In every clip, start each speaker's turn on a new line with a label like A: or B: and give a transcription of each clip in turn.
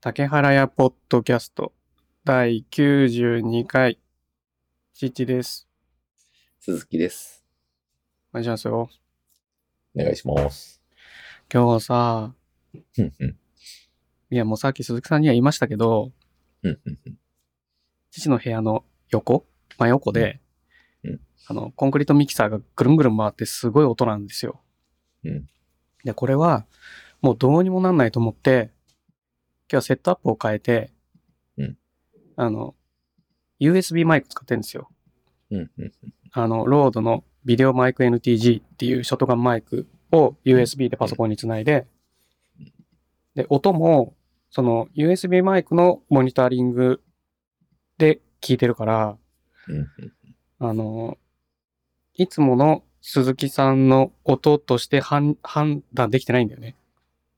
A: 竹原屋ポッドキャスト第92回、ちちです。
B: 鈴木です。
A: お願いしますよ。
B: お願いします。
A: 今日さ、
B: うんうん
A: いやもうさっき鈴木さんには言いましたけど、
B: うんうんうん
A: 父の部屋の横、真横で、
B: うんうん
A: あの、コンクリートミキサーがぐるんぐるん回ってすごい音なんですよ。
B: うん
A: で、これはもうどうにもなんないと思って、今日はセットアップを変えて、
B: うん
A: あの、USB マイク使ってるんですよ。
B: うんうん
A: あの、ロードのビデオマイク NTG っていうショットガンマイクを USB でパソコンにつないで、で、音も、その USB マイクのモニタリングで聞いてるから、
B: うん
A: あの、いつもの鈴木さんの音として判判断できてないんだよね。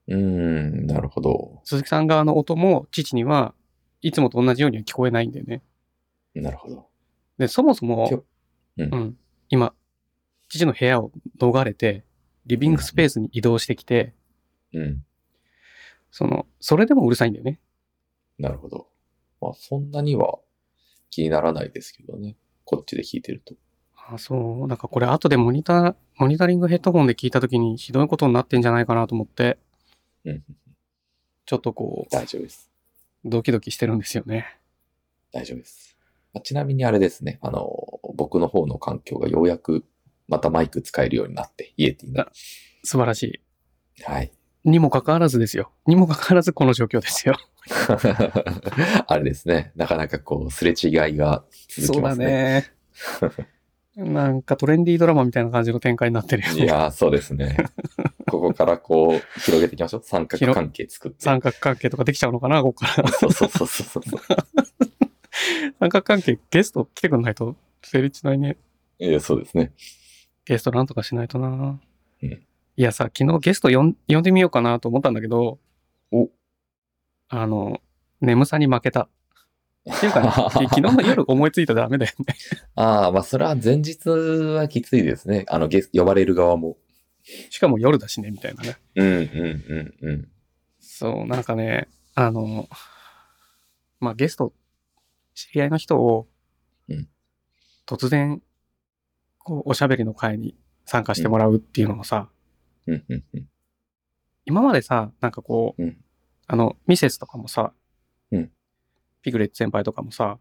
B: うんうーん、なるほど。
A: 鈴木さん側の音も父にはいつもと同じようには聞こえないんだよね。
B: なるほど。
A: で、そもそ
B: ちょ
A: も、
B: うん
A: うん、今、父の部屋を逃れて、リビングスペースに移動してきて、
B: うん、
A: その、それでもうるさいんだよね。
B: なるほど。まあ、そんなには気にならないですけどね。こっちで聞いてると。
A: あそう、なんかこれ後でモニター、モニタリングヘッドホンで聞いた時にひどいことになってんじゃないかなと思って、
B: うんうん
A: ちょっとこう、
B: 大丈夫です。
A: ドキドキしてるんですよね。
B: 大丈夫です。あちなみにあれですね。あの、僕の方の環境がようやくまたマイク使えるようになって、イエティな。
A: 素晴らしい。
B: はい。
A: にもかかわらずですよ。にもかかわらずこの状況ですよ。
B: あれですね。なかなかこう、すれ違いが続きますね。
A: ね。 なんかトレンディードラマみたいな感じの展開になってるよ
B: い
A: ね。
B: やー、そうですね。ここからこう、広げていきましょう。三角関係作って。
A: 三角関係とかできちゃうのかな、ここから。
B: そうそうそうそうそう。
A: 三角関係ゲスト来てくんないと成立しないね。
B: いや、そうですね。
A: ゲストなんとかしないとな。
B: うん
A: いやさ、昨日ゲストよん呼んでみようかなと思ったんだけど、
B: お
A: あの、眠さに負けた。っていう かね、き昨日の夜思いついたらダメだよね。
B: ああ、まあ、それは前日はきついですね。あの、ゲス呼ばれる側も。
A: しかも夜だしね、みたいなね。
B: うん、うん、うん、うん。
A: そう、なんかね、あの、まあ、ゲスト、知り合いの人を
B: うん、
A: 突然、こう、おしゃべりの会に参加してもらうっていうのもさ、
B: うん、うん、うん。
A: 今までさ、なんかこう、
B: うん
A: あの、ミセスとかもさ、
B: うん
A: ピグレット先輩とかもさ、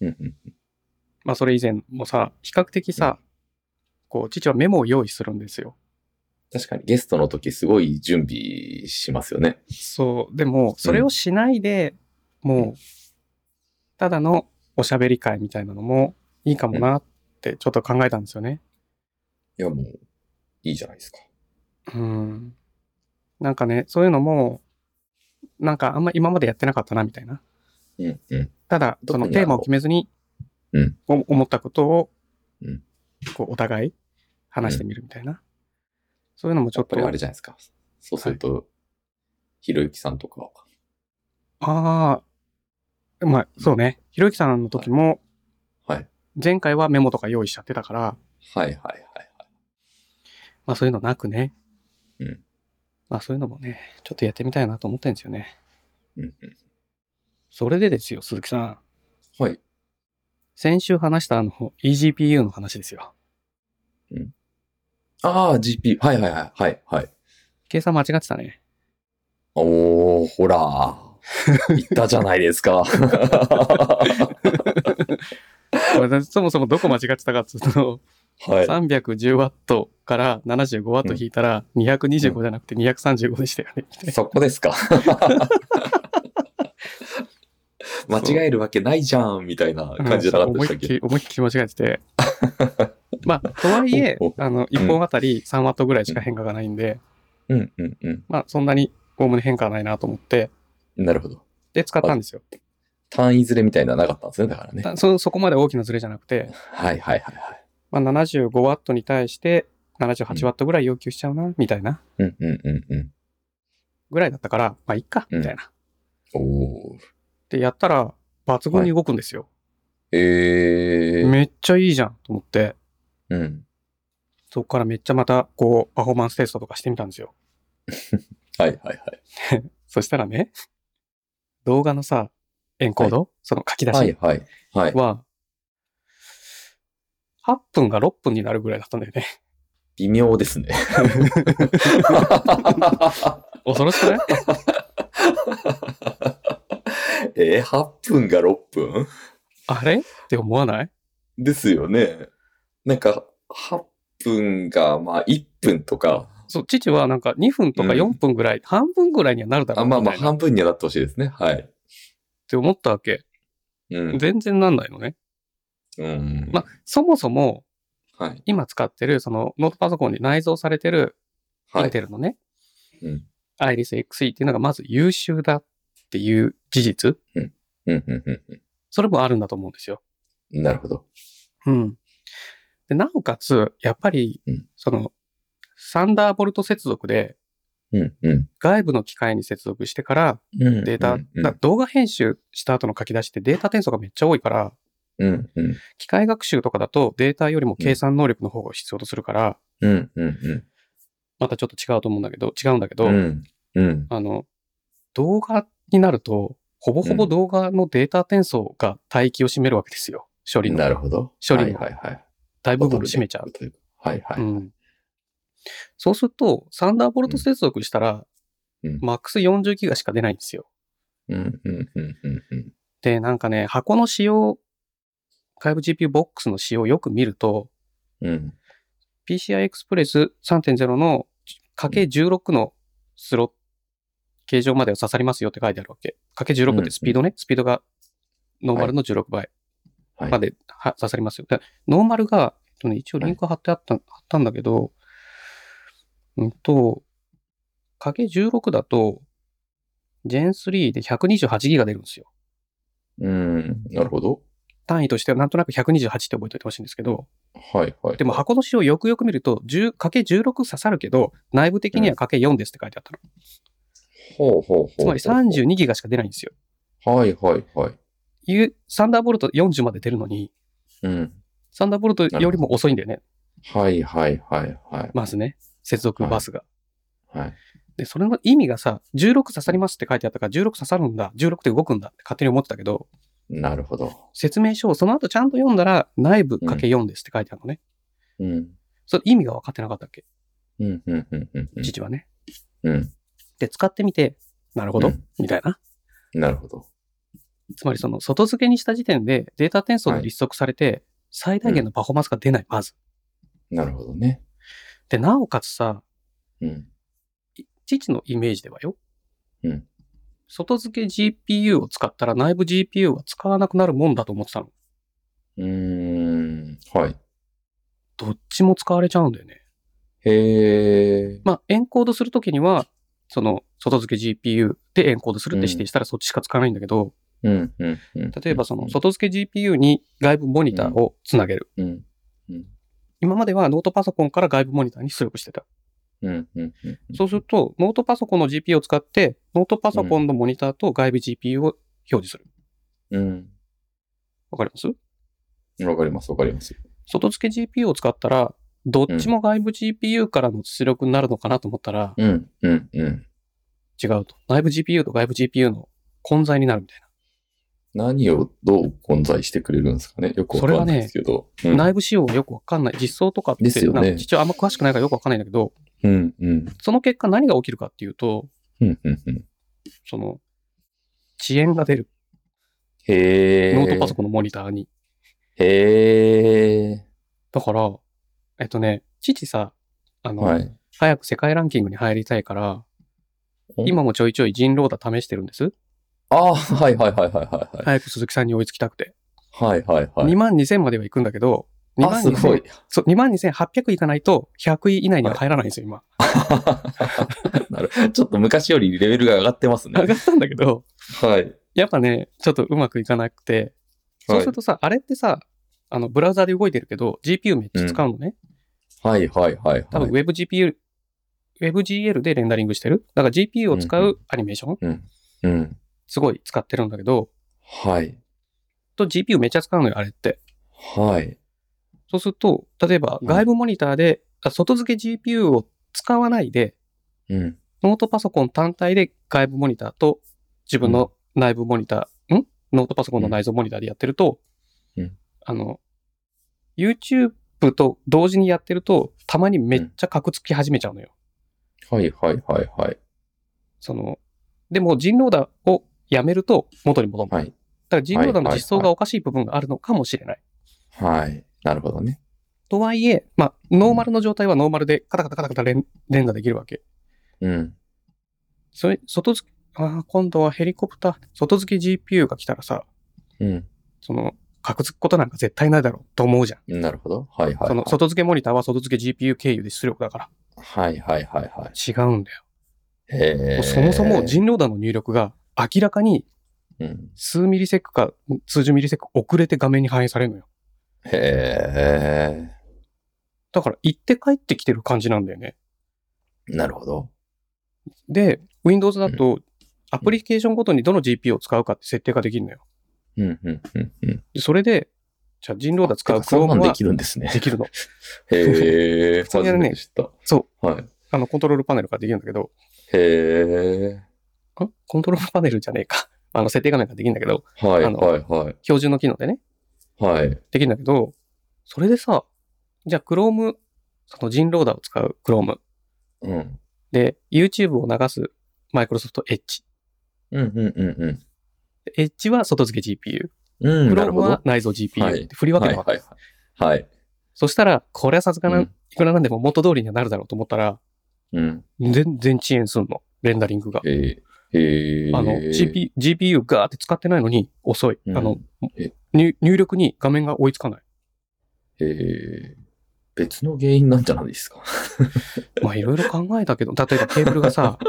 B: うん、うん。
A: まあそれ以前もさ、比較的さ、こう、父はメモを用意するんですよ。
B: 確かにゲストの時すごい準備しますよね。
A: そう、でも、それをしないで、もう、ただのおしゃべり会みたいなのもいいかもなってちょっと考えたんですよね。
B: いや、もう、いいじゃないですか。
A: うん。なんかね、そういうのも、なんかあんま今までやってなかったな、みたいな。
B: うん、うん。
A: ただ、そ
B: 特に
A: のテーマを決めずに、
B: うん
A: お思ったことを、
B: うん
A: こうお互い話してみるみたいな。そういうのもちょ
B: やっ
A: っ
B: ぱ
A: と。
B: りあれじゃないですか。そうすると、ひろゆきさんとか、
A: ああ、まあ、そうね。ひろゆきさんの時も、
B: はい。
A: 前回はメモとか用意しちゃってたから、
B: はい、はい、はい。
A: まあそういうのなくね。
B: うん
A: まあそういうのもね、ちょっとやってみたいなと思ってるんですよね。
B: うん、うん。
A: それでですよ、鈴木さん。
B: はい。
A: 先週話したあの、eGPU の話ですよ。
B: ああ、GP。はい、はい、はい、はい、はい。
A: 計算間違ってたね。
B: おー、 ほら。言ったじゃないです か。
A: これそもそもどこ間違ってたかっつうと、
B: はい。
A: 310ワットから75ワット引いたら、225じゃなくて235でしたよね。
B: そこです か。間違えるわけないじゃん、みたいな感じじゃなかった
A: 思
B: で
A: い
B: したっ
A: っき
B: け
A: り、思いっきり間違えて て。まあ、とはいえ
B: おお、
A: あの、1本あたり3ワットぐらいしか変化がないんで、
B: うんうんうん。
A: まあ、そんなにおおむね変化はないなと思って、
B: なるほど。
A: で、使ったんですよ。
B: 単位ずれみたいなのはなかったんですね、だからね。
A: たそ、そこまで大きなズレじゃなくて、
B: はいはいはいはい。
A: まあ、75ワットに対して78ワットぐらい要求しちゃうな、みたいな、
B: うんうんうんうん。
A: ぐらいだったから、まあ、いっか、みたいな。
B: おー。
A: で、やったら、抜群に動くんですよ。
B: えー。
A: めっちゃいいじゃん、と思って。
B: うん。
A: そこからめっちゃまた、こう、パフォーマンステストとかしてみたんですよ。
B: はいはいはい。
A: そしたらね、動画のさ、エンコード、その書き出
B: はい
A: し
B: はい。はい。
A: は、8分が6分になるぐらいだったんだよね。
B: 微妙です ね。
A: 恐ろしくない
B: えー、8分が6分
A: あれって思わない
B: ですよね。なんか、8分が、まあ、1分とか、
A: そう、父はなんか2分とか
B: うん
A: 4分ぐらい、半分ぐらいにはなるだろ
B: あ
A: う
B: まあ
A: み
B: ま
A: た
B: あ、
A: いなっ
B: 半分にはなってほしいですね。はい。
A: て思ったわけ。
B: うん。
A: 全然なんないのね。
B: うん。
A: まあ、そもそも、
B: はい。
A: 今使ってる、そのノートパソコンに内蔵されてる、イ
B: は
A: ン
B: い。
A: テルのね、
B: うん
A: アイリス XE っていうのがまず優秀だっていう事実、
B: うん、うん、う
A: それもあるんだと思うんですよ。
B: ん。なるほど。
A: うん。で、なおかつ、やっぱり
B: うん、
A: その、サンダーボルト接続で、
B: うん、うん。
A: 外部の機械に接続してから、
B: うん
A: データ、
B: うん、
A: だ動画編集した後の書き出しってデータ転送がめっちゃ多いから、
B: うん、うん。
A: 機械学習とかだとデータよりも計算能力の方が必要とするから、
B: うん、うん、
A: またちょっと違うと思うんだけど、違うんだけど、
B: うん。うん。
A: あの、動画になると、ほぼほぼ
B: うん
A: 動画のデータ転送が帯域を占めるわけですよ。処理
B: な
A: の
B: るほど。
A: 処理の
B: はい、はい、はい。
A: 大部分を占めちゃう。
B: というか。はい、は
A: う
B: い。
A: ん、そうすると、サンダーボルト接続したら、
B: うん
A: マックス40ギガしか出ないんですよ。
B: うん、うん、うん、うん、うん。
A: で、なんかね、箱の仕様、外部 GPU ボックスの仕様をよく見ると、
B: うん。
A: PCI Express 3.0のかけ16のスロット、形状までを刺さりますよって書いてあるわけ。かけ16ってスピードね、スピードがノーマルの16倍
B: はい
A: までは刺さりますよ。でノーマルが、えっとね、一応リンク貼ってあった,、貼ったんだけど、うんと、かけ16だと、Gen3 で128ギガ出るんですよ。
B: うん。なるほど。
A: 単位としてはなんとなく128って覚えておいてほしいんですけど、
B: はい、はい。
A: でも、箱の仕様よくよく見ると、10かけ16刺さるけど、内部的にはかけ4ですって書いてあったの。
B: ほうほうほう。
A: つまり32ギガしか出ないんですよ。
B: はい、はい、はい。
A: いうサンダーボルト40まで出るのに、
B: うん。
A: サンダーボルトよりも遅いんだよね、
B: はい、はい、はい、はい。
A: まずね、接続バスが。
B: はい。
A: で、それの意味がさ、16刺さりますって書いてあったから、16刺さるんだ、16で動くんだって勝手に思ってたけど、
B: なるほど。
A: 説明書をその後ちゃんと読んだら、内部かけ4ですって書いてあるのね。
B: うん。
A: それ意味が分かってなかったっけ、
B: うん、うん、うん、うんうん。
A: 父はね。
B: うん。
A: で、使ってみて、なるほど、
B: うん
A: みたいな。
B: なるほど。
A: つまりその外付けにした時点でデータ転送が立足されて最大限のパフォーマンスが出ない、まず。
B: なるほどね。
A: で、なおかつさ、
B: うん。
A: 父のイメージではよ。
B: うん
A: 外付け GPU を使ったら内部 GPU は使わなくなるもんだと思ってたの。
B: うーん。はい。
A: どっちも使われちゃうんだよね。
B: へえ。
A: まあ、エンコードするときには、その外付け GPU でエンコードするって指定したらそっちしか使わないんだけど、
B: うん、うん、うん。
A: 例えばその外付け GPU に外部モニターをつなげる。
B: うん、
A: 今まではノートパソコンから外部モニターに出力してた。
B: うん、うん、うん。
A: そうすると、ノートパソコンの GPU を使って、ノートパソコンのモニターと外部 GPU を表示する。
B: うん。
A: わかります
B: わかります、わかります。
A: 外付け GPU を使ったら、どっちも外部 GPU からの出力になるのかなと思ったら、
B: うん、うん、うん。
A: 違うと。内部 GPU と外部 GPU の混在になるみたい
B: 何をどう混在してくれるんですかねよくわかんないですけど。
A: な。
B: うん
A: 内部仕様はよくわかんない。実装とかって、
B: ですよね
A: なんか実はあんま詳しくないからよくわかんないんだけど、
B: うん、うん、
A: その結果何が起きるかっていうと、
B: うん、うん、うん。
A: その、遅延が出る。
B: へえ。
A: ノートパソ
B: コン。
A: コンのモニターに。
B: へえ。
A: だから、えっとね、父さ、あの、
B: はい。
A: 早く世界ランキングに入りたいから、
B: うん
A: 今もちょいちょい人狼だ試してるんです。
B: ああ、はいはいはいはいはいはい。
A: 早く鈴木さんに追いつきたくて。
B: はいはいはい。
A: 2万2000までは行くんだけど、2
B: あ、
A: 万
B: すご
A: 2000
B: い。
A: そう、2万2800いかないと100位以内には入らないんですよ、今。
B: なるちょっと昔よりレベルが上がってますね。
A: 上がったんだけど、
B: はい。
A: やっぱね、ちょっとうまくいかなくて、そうするとさ、あれってさ、あの、ブラウザで動いてるけど、GPU めっちゃ使うのね。
B: はいはいはいはい。
A: 多分 WebGPU、WebGL でレンダリングしてる。だから GPU を使うアニメーション、
B: うん。
A: すごい使ってるんだけど、
B: はい。
A: と GPU めっちゃ使うのよ、あれって。
B: はい。
A: そうすると、例えば
B: うん
A: 外部モニターで、あ外付け GPU を使わないで、
B: うん。
A: ノートパソコン単体で外部モニターと自分の内部モニター、んノートパソコンの内蔵モニターでやってると、
B: うん
A: あの、YouTube と同時にやってると、たまにめっちゃカクつき始めちゃうのよ。
B: はいはいはいはい。
A: その、でも人狼だをやめると元に戻るの。
B: はい。
A: だから人狼だの
B: はいはい
A: 実装がおかしい部分があるのかもしれない。
B: はい。なるほどね。
A: とはいえ、まあ、ノーマルの状態はノーマルでカタカタカタカタ連連打できるわけ。
B: うん。
A: それ、外付け、ああ、今度はヘリコプター、外付け GPU が来たらさ、
B: うん。
A: その、かくつくことなんか絶対ないだろうと思うじゃん。
B: なるほど。はいはい、はい。
A: その、外付けモニターは外付け GPU 経由で出力だから。
B: はいはいはいはい。
A: 違うんだよ。
B: へ
A: も
B: ー
A: うそもそも人狼弾の入力が明らかに
B: うん。
A: 数ミリセックか数十ミリセック遅れて画面に反映されるのよ。
B: へ
A: だから行って帰ってきてる感じなんだよね。
B: ーなるほど。
A: で、Windows だとアプリケーションごとにどの GPU を使うかって設定ができるのよ。
B: うんうんうんうん。
A: でそれで、じゃあ人狼弾使う
B: てかそんなん
A: Chrome
B: で
A: は
B: きるん ですね。
A: できるの。
B: へえ。
A: 通にやるね
B: 初めて知った。。
A: そう
B: はい。
A: あの、コントロールパネルができるんだけど、
B: へ
A: んコントロールパネルじゃねえか。あの、設定画面ができるんだけど、
B: え。はい
A: あ
B: はい
A: の
B: は
A: 標準の機能でね、
B: い。はい。
A: できるんだけど、それでさ、じゃあ Chrome、その人狼弾を使う Chrome
B: うん。
A: で、YouTube を流す Microsoft Edge。
B: うんうんうんうん。
A: Edge は外付け GPU。
B: うん、なる
A: Chrome
B: ほど。
A: は内蔵 GPU。
B: はい
A: って振り分け
B: は
A: た
B: い
A: わ
B: はいはい。はい。
A: そしたら、これはさすがな、
B: う
A: い
B: ん
A: くらなんでも元通りにはなるだろうと思ったら、
B: うん。
A: 全然遅延すんの。レンダリングが。
B: へえ。へえ。
A: あの、GP、GPU ガーって使ってないのに遅い。
B: うん
A: あの
B: え、
A: 入入力に画面が追いつかない。
B: へえ。別の原因なんじゃないですか。
A: まあ、いろいろ考えたけど、例えばケーブルがさ、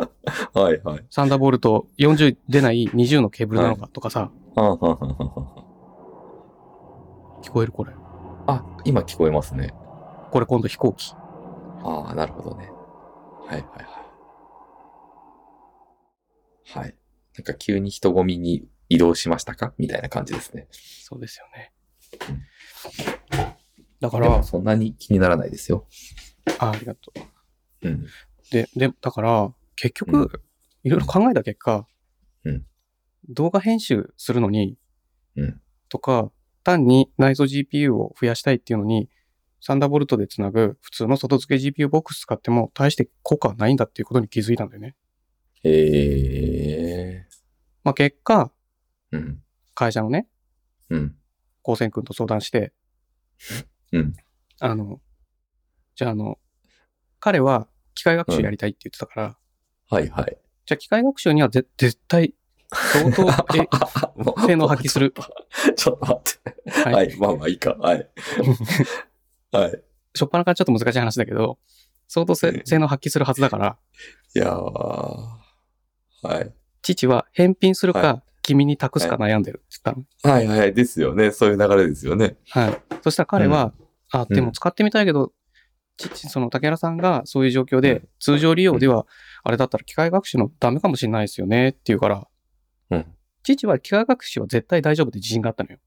B: はいはい。
A: サンダーボルト40出ない20のケーブルなのかとかさ、
B: はあはあはあは
A: 聞こえるこれ。
B: あはあ。あ、今聞こえますね。
A: これ今度飛行機。
B: ああ、なるほどね。はいはいはい。はい。なんか急に人混みに移動しましたかみたいな感じですね。
A: そうですよね。だか
B: でも
A: ら、
B: そんなに気にならないですよ。
A: あありがとう。
B: うん。
A: で、で、だから、結
B: う
A: 局、いろいろ考えた結果、
B: うん
A: 動画編集するのに、
B: うん
A: とか、単に内蔵 GPU を増やしたいっていうのに、サンダーボルトでつなぐ普通の外付け GPU ボックス使っても大して効果はないんだっていうことに気づいたんだよね。
B: へえ。
A: まあ結果、
B: うん。
A: 会社のね、
B: うん。
A: 高専君と相談して、
B: うん。
A: あの、じゃああの、彼は機械学習やりたいって言ってたから、
B: はいはい。
A: じゃあ機械学習にはぜ絶対、相 当、え、
B: も
A: 性能発揮する。
B: ちょっと待って。
A: は
B: はいい、まあまあいいか。 はい。はい。
A: 初っ端からちょっと難しい話だけど、相当せ性能発揮するはずだから、
B: いやー。はい。
A: 父は返品するか、
B: は
A: 君に託すか悩んでるって言っ
B: はいはい。ですよね。そういう流れですよね。
A: たの。はい。そしたら彼は、あ、
B: うん
A: でも使ってみたいけど、父、その竹原さんがそういう状況で、
B: うん
A: 通常利用では、あれだったら機械学習のダメかもしれないですよねって言うから、
B: うん。
A: 父は機械学習は絶対大丈夫って自信があったのよ。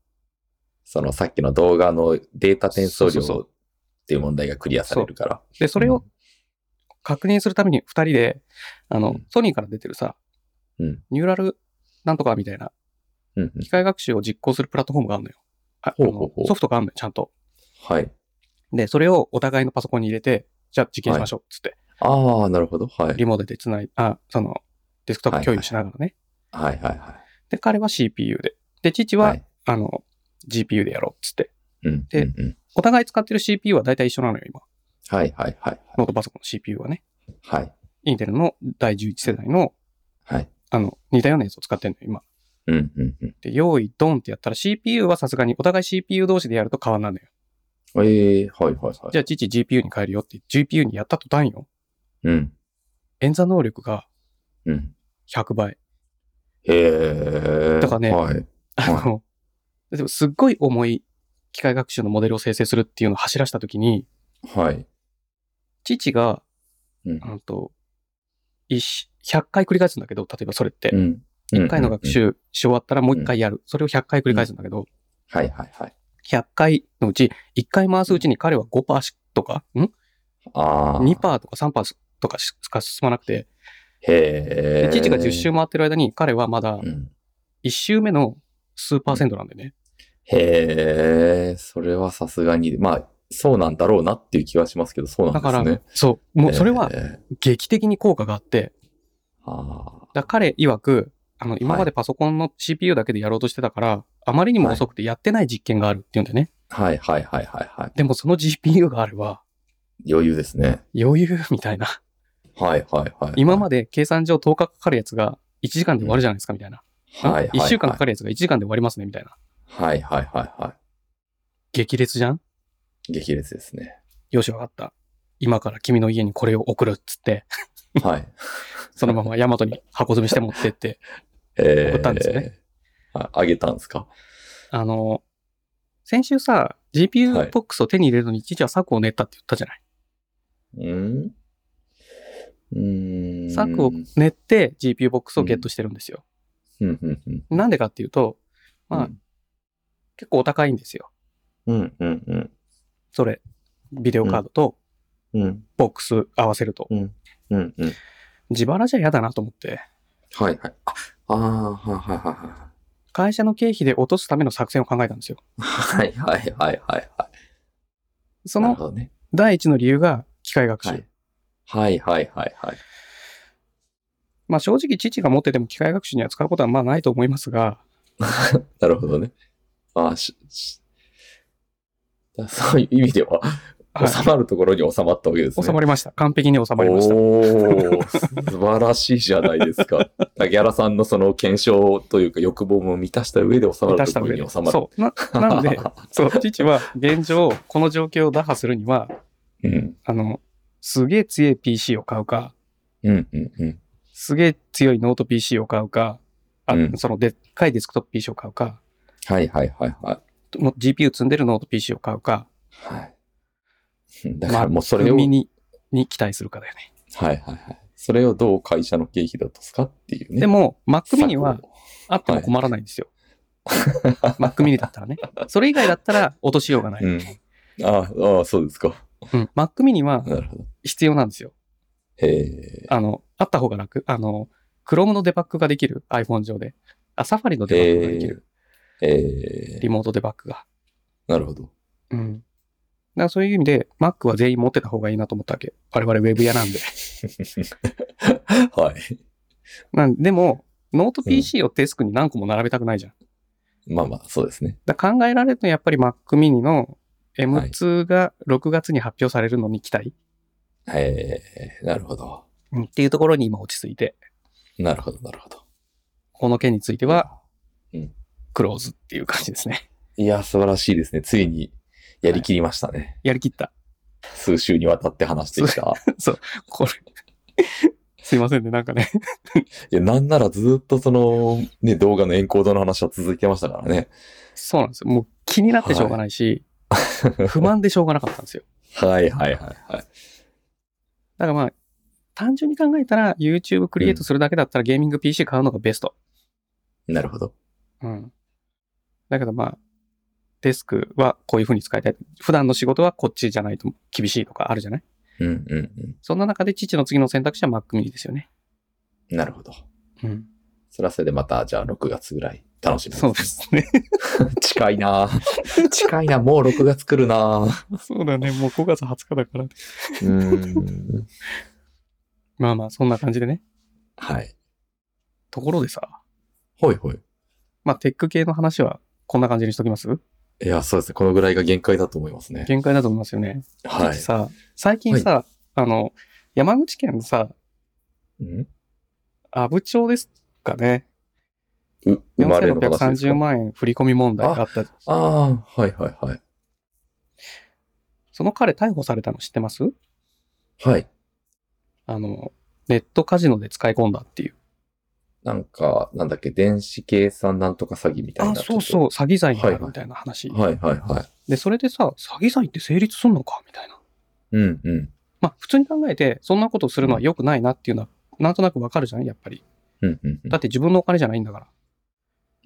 B: そのさっきの動画のデータ転送
A: そう
B: 量
A: そうそ
B: っていう問題がクリアされるから。
A: で、それを確認するために二人で、あの、
B: うん
A: ソニーから出てるさ、
B: うん
A: ニューラルなんとかみたいな
B: うんうん。
A: 機械学習を実行するプラットフォームがあるのよ。あ
B: ほうほうほ
A: あの
B: う
A: ソフトがあるのよ、ちゃんと。
B: はい。
A: で、それをお互いのパソコンに入れて、じゃあ実験しましょう、つって、
B: ああ、なるほど。はい。はい
A: リモートでつない、あ、その、デスクトップ共有しながらね。
B: はいは
A: で、彼は CPU で。で、父
B: い。
A: は、
B: はい。
A: あの、GPU でやろう、つって。
B: うん。
A: で
B: うんうん
A: お互い使ってる CPU は大体一緒なのよ、今。
B: はいはいはい。
A: ノートパソコンの CPU はね。
B: はい。
A: インテルの第11世代の、
B: はい。
A: あの、似たようなやつを使ってるのよ、今。
B: うんうんうん。
A: で、用意ドンってやったら CPU はさすがにお互い CPU 同士でやると変わんないのよ。
B: ええはいはいはい。
A: じゃあ父 GPU に変えるよって、GPU にやった途端よ。
B: うん。
A: 演算能力が
B: うん。
A: 100倍。
B: へえ。
A: だからね
B: はい。
A: あの、でもすっごい重い機械学習のモデルを生成するっていうのを走らせたときに、
B: はい。
A: 父が、
B: うん
A: うんと、一100回繰り返すんだけど、例えばそれって、
B: ん。
A: 1回の学
B: うん。うん
A: 習し終わったらもう1回やる。それを100回繰り返すんだけど、
B: はいはいはい。
A: 100回のうち、1回回すうちに彼は5%しとか、ん
B: ああ。
A: ?2% とか3%とかしか進まなくて、
B: へえ。
A: 父が10周回ってる間に彼はまだ
B: うん。
A: 1周目の数パーセントなんでね。
B: へえ、それはさすがに、まあ、そうなんだろうなっていう気はしますけど、そうなん
A: だ
B: で
A: から、
B: すね。
A: そう、もうそれは
B: えー
A: 劇的に効果があって、
B: あ
A: だから彼曰く、あの、今までパソコンの CPU だけでやろうとしてたから、あまりにも遅くてやってない実験があるって言うんでね。
B: ーはいはいはいはいはい。
A: でもその GPU があれば、
B: 余裕ですね。
A: 余裕みたいな。
B: はいはいはい。
A: 今ま
B: で、
A: で計算上10日かかるやつが1時間で終わるじゃないですか、みたいな。
B: はいはいはい、
A: 1週間かかるやつが1時間で終わりますね、みたいな。
B: はいはいはいは
A: 激烈じゃん
B: い。激烈ですね。
A: よし、わかった。今から君の家にこれを送るっつって、
B: はい。
A: そのままヤマトに箱詰めして持ってって、
B: え
A: 送ったんですよね。
B: ああげたんですか
A: あの、先週さ、
B: は
A: GPU
B: い
A: ボックスを手に入れるのにいちいちは策を練ったって言ったじゃない。
B: うんうーん。
A: 策を練って GPU ボックスをゲットしてるんですよ。
B: うんうんうん。
A: なんでかっていうと、まあ、結構お高いんですよ。
B: うんうんうん。
A: それ、ビデオカードと
B: うん
A: ボックス合わせると。
B: うんうん。
A: 自腹じゃ嫌だなと思って、
B: はいはい。ああー、はいはいはいはい。
A: 会社の経費で落とすための作戦を考えたんですよ。
B: はいはいはいはいはい。
A: そ
B: なる
A: の
B: ほどね。
A: 第一の理由が機械学習。
B: はい。はいはいはいはい。
A: まあ正直父が持ってても機械学習には使うことはまあないと思いますが、
B: なるほどね。ああ、し、しだそういう意味では、
A: はい
B: 収まるところに収まったわけですね。
A: 収まりました。完璧に収まりました。
B: おおー素晴らしいじゃないです か。ギャラさんのその検証というか欲望も満たした上で収
A: 満
B: ま
A: た
B: る
A: した
B: ところ
A: 上で
B: に収 まる。
A: そう。な、なん で、そう、父は現状、この状況を打破するには、
B: うん。
A: あの、すげえ強い PC を買うか、
B: うんうんうん。
A: すげえ強いノート PC を買うか、あ
B: うん
A: そのでっかいデスクトップ PC を買うか、
B: はいはいはいはい。
A: もう GPU 積んでるノート PC を買うか、
B: はい。だからもうそれを、
A: ミ
B: はい
A: ニに期待するかだよね。
B: はいはい。それをどう会社の経費だとすかっていうね。
A: でも、Mac ミニは
B: 策を
A: あっても困らないんですよ。Mac mini だったらね。それ以外だったら落としようがない。
B: うん。ああ、ああそうですか。
A: うん、Mac mini は
B: なるほど。
A: 必要なんですよ。
B: へえ。
A: あの、あった方が楽。あの、Chrome のデバッグができる iPhone 上で。あ、Safari のデバッグができる。
B: ええ
A: リモートデバッグが。
B: なるほど。
A: うん。だからそういう意味で Mac は全員持ってた方がいいなと思ったわけ。我々 Web 屋なんで。
B: はい。
A: なんでも、ノート PC をデスクに何個も並べたくないじゃん。
B: まあまあ、そうですね。
A: だから考えられるのはやっぱり Mac mini の M2 が6月に発表されるのに期待、
B: ええなるほど。
A: うんっていうところに今落ち着いて、
B: なるほど、なるほど。
A: この件については
B: うん、
A: クローズっていう感じですね。
B: いや、素晴らしいですね。ついにやりきりましたね。
A: やりきった。
B: 数週にわたって話してきた。
A: これ。 すいませんね、なんかね。
B: いや、なんならずっとその、ね、動画のエンコードの話は続いてましたからね。
A: そうなんですよ。もう気になってしょうがないし、不満でしょうがなかったんですよ。
B: はいはいはいはい。
A: だからまあ、単純に考えたら YouTube クリエイトするだけだったらゲーミング PC 買うのがベスト。
B: なるほど。
A: うん。だけどまあ、デスクはこういう風に使いたい。普段の仕事はこっちじゃないと厳しいとかあるじゃない
B: うんうんう
A: そんな中で父の次の選択肢は Mac mini ですよね。
B: ん。なるほど。
A: うん。
B: そらせでまた、じゃあ6月ぐらい楽しみです
A: そうですね。
B: 近いなぁ近いなもう6月来るなぁ
A: そうだね。もう5月20日だから。
B: うーん。
A: まあまあ、そんな感じでね。
B: はい。
A: ところでさ、
B: ほいほい。
A: まあ、テック系の話はこんな感じにしときます
B: いや、そうですね。このぐらいが限界だと思いますね。
A: 限界だと思いますよね。
B: はい
A: 父。さ、最近さ、あの、山口県のさ、
B: うん
A: 阿武町ですかね。
B: う生まれの話です
A: 4630
B: か
A: 万円振り込み問題があった。
B: ああ、はいはいはい。
A: その彼逮捕されたの知ってます
B: はい。
A: あの、ネットカジノで使い込んだっていう。
B: なんか、なんだっけ、電子計算なんとか詐欺みたいな。
A: あ、そうそう、詐欺罪にな
B: はい
A: る
B: はい
A: みたいな話。
B: はいはいはい。
A: で、それでさ、詐欺罪って成立すんのかみたいな。
B: うんうん。
A: まあ、普通に考えて、そんなことするのは良くないなっていうのは、なんとなくわかるじゃないやっぱり。
B: うんうん
A: だって自分のお金じゃないんだか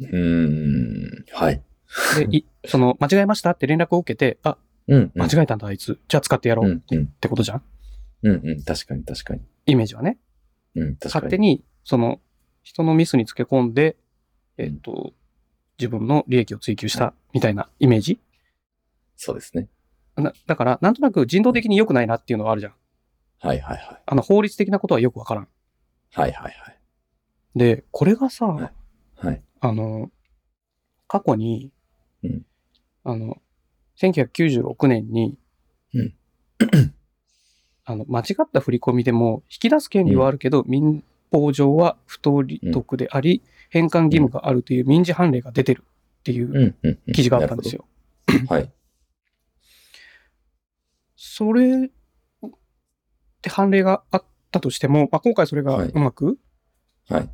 A: ら。
B: うん。うーん。はい。
A: で、い その、間違えましたって連絡を受けて、あ、
B: うん、うん。
A: 間違えたんだ、あいつ。じゃあ使ってやろ
B: う
A: うっ
B: んうん。
A: てことじゃん
B: うんうん。確かに確かに。
A: イメージはね。
B: うん、確かに。
A: 勝手に、その、人のミスにつけ込んで、えっ、と、自分の利益を追求したみたいなイメージ。
B: そうですね。
A: なだから、なんとなく人道的に良くないなっていうのはあるじゃん。
B: はいはいはい。
A: あの、法律的なことはよくわからん。
B: はいはいはい。
A: で、これがさ、
B: いはい。
A: あの、過去に、
B: うん
A: あの、1996年に、
B: うん
A: あの、間違った振り込みでも、引き出す権利はあるけど、民法上は不当利得であり、返還義務があるという民事判例が出てるっていう
B: うんうん、うん。
A: 記事があったんです
B: よ。
A: よ。
B: はい。
A: それって判例があったとしても、まあ、今回それが
B: はいう
A: まく
B: はい。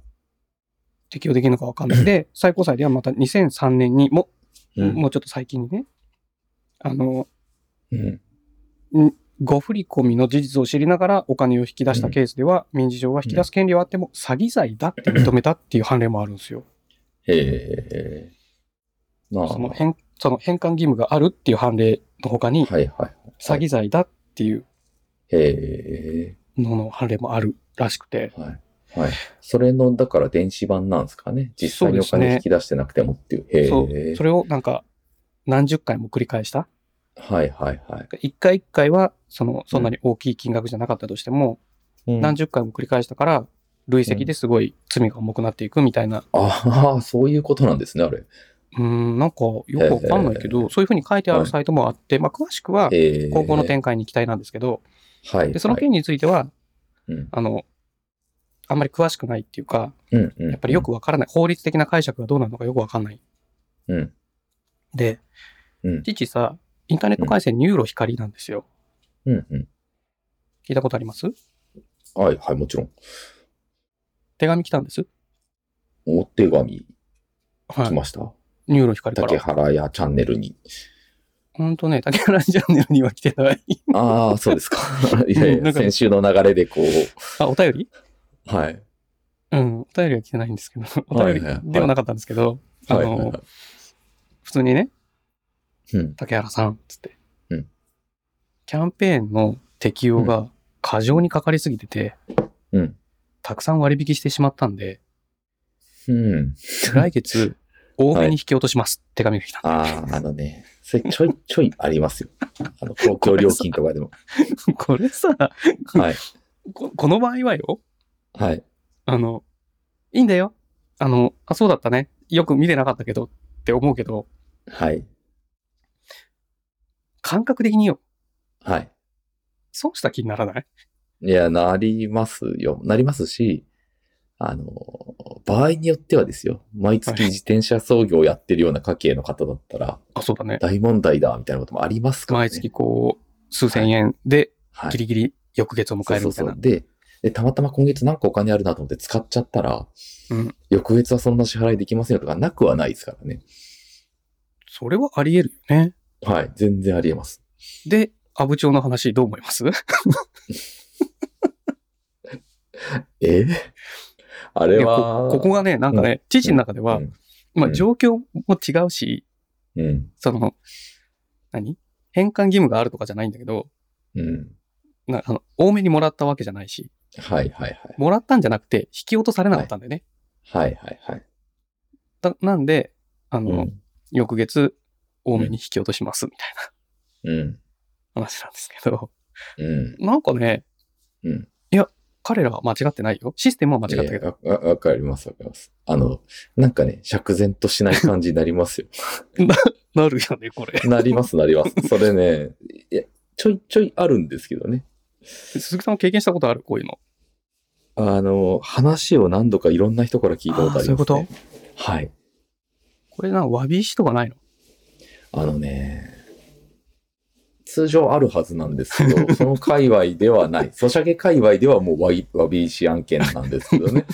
A: 適用できるのかわかんない。 で、最高裁ではまた2003年にも、
B: うん。
A: もうちょっと最近にね、あの、
B: うん。
A: 誤振り込みの事実を知りながらお金を引き出したケースでは、民事上は引き出す権利はあっても詐欺罪だって認めたっていう判例もあるんですよ。
B: へえ。まあ、
A: その
B: はい
A: 返その返還義務があるっていう判例の他に、
B: はいはい。
A: 詐欺罪だっていう
B: へ
A: のの判例もあるらしくて、
B: え。はい。はい。それの、だから電子版なんですかね。実際にお
A: そうですね
B: 金引き出してなくてもっていう。へ
A: そ
B: え
A: う。それをなんか何十回も繰り返した。
B: はいはいはい。
A: 一回一回はそのそんなに大きい金額じゃなかったとしても、
B: うん
A: 何十回も繰り返したから、累積ですごい罪が重くなっていくみたいな、
B: ああ、そういうことなんですね、あれ。
A: うーん、なんかよくわかんないけど、そういうふうに書いてあるサイトもあって、まあ詳しくは
B: ええ。
A: 今後の展開に期待なんですけど、
B: はい。
A: でその件については、
B: はい、うん
A: あの、あんまり詳しくないっていうか、
B: うんうん。
A: やっぱりよくわからない、法律的な解釈がどうなるのかよくわかんない。
B: うん。
A: で、
B: うん
A: 父さ、インターネット回線ニューロ光なんですよ。
B: うんうん。
A: 聞いたことあります
B: はいはい、もちろん。
A: 手紙来たんです。
B: お手紙
A: は
B: 来
A: い。
B: ました、
A: ニューロ光か
B: 竹
A: ら。
B: 原屋チャンネルに。
A: ほんとね、竹原チャンネルには来て ない。
B: ああ、そうですか。 いやい
A: うんな
B: や、
A: んか
B: 先週の流れでこう、
A: あ、お便り
B: はい。
A: うん、お便りは来てないんですけど、お便りではなかったんですけど、あ
B: はいはい
A: の
B: は、い。
A: 普通にね、
B: うん。
A: 竹原さん、つって、
B: うん
A: キャンペーンの適用が過剰にかかりすぎてて、
B: うん
A: たくさん割引してしまったんで、
B: うん。
A: 来月、多めに引き落としますって紙が来た。
B: ああ、あのね、それちょい ちょいありますよ。あの、公共料金とかでも。
A: これさ、
B: はい。
A: ここの場合はよ、
B: はい。
A: あの、いいんだよ。あの、あ、そうだったね。よく見てなかったけどって思うけど、
B: はい。
A: 感覚的によ、
B: はい。
A: そうした気にならない
B: いや、なりますよ。なりますし、あの、場合によってはですよ。毎月
A: はい
B: 自転車操業をやってるような家計の方だったら、
A: あ、そうだね。
B: 大問題だ、みたいなこともありますからね。
A: 毎月こう、数千円で
B: はい
A: ギリギリ翌月を迎えるみたいな。
B: そうそうそうでで、たまたま今月なんかお金あるなと思って使っちゃったら、
A: うん
B: 翌月はそんな支払いできませんよとかなくはないですからね。
A: それはあり得るよね。
B: はい、全然ありえます。
A: で、阿武町の話どう思います
B: えー あれは、
A: ここがね、なんかね、知事の中では、
B: うん
A: ま
B: う
A: あ
B: ん
A: 状況も違うし、
B: うん、
A: その、何返還義務があるとかじゃないんだけど、
B: うん。
A: なあの多めにもらったわけじゃないし、
B: はいはいはい。
A: もらったんじゃなくて、引き落とされなかったんだよね。
B: はいはいはい。
A: だなんで、あ
B: う
A: の、
B: ん。
A: 翌月、多めに引き落としますみたい
B: うん。
A: な話なんですけど、
B: うん。
A: なんかね、
B: うん
A: いや、彼らは間違ってないよ。システムは間違ったけど、
B: えーわわわかりますわかります。あの、なんかね、釈然としない感じになりますよ。
A: なるよね、これ。
B: なりますなります。それね、いや、ちょいちょいあるんですけどね。
A: 鈴木さんも経験したことあるこういうの。
B: あの、話を何度かいろんな人から聞いたことあります、ね。
A: あーそういうこと
B: はい。
A: これなんか、わびしとかないの
B: あのね、通常あるはずなんです けど、その界隈ではない。ソシャゲ界隈ではもうわびわび石案件なんですけ どね。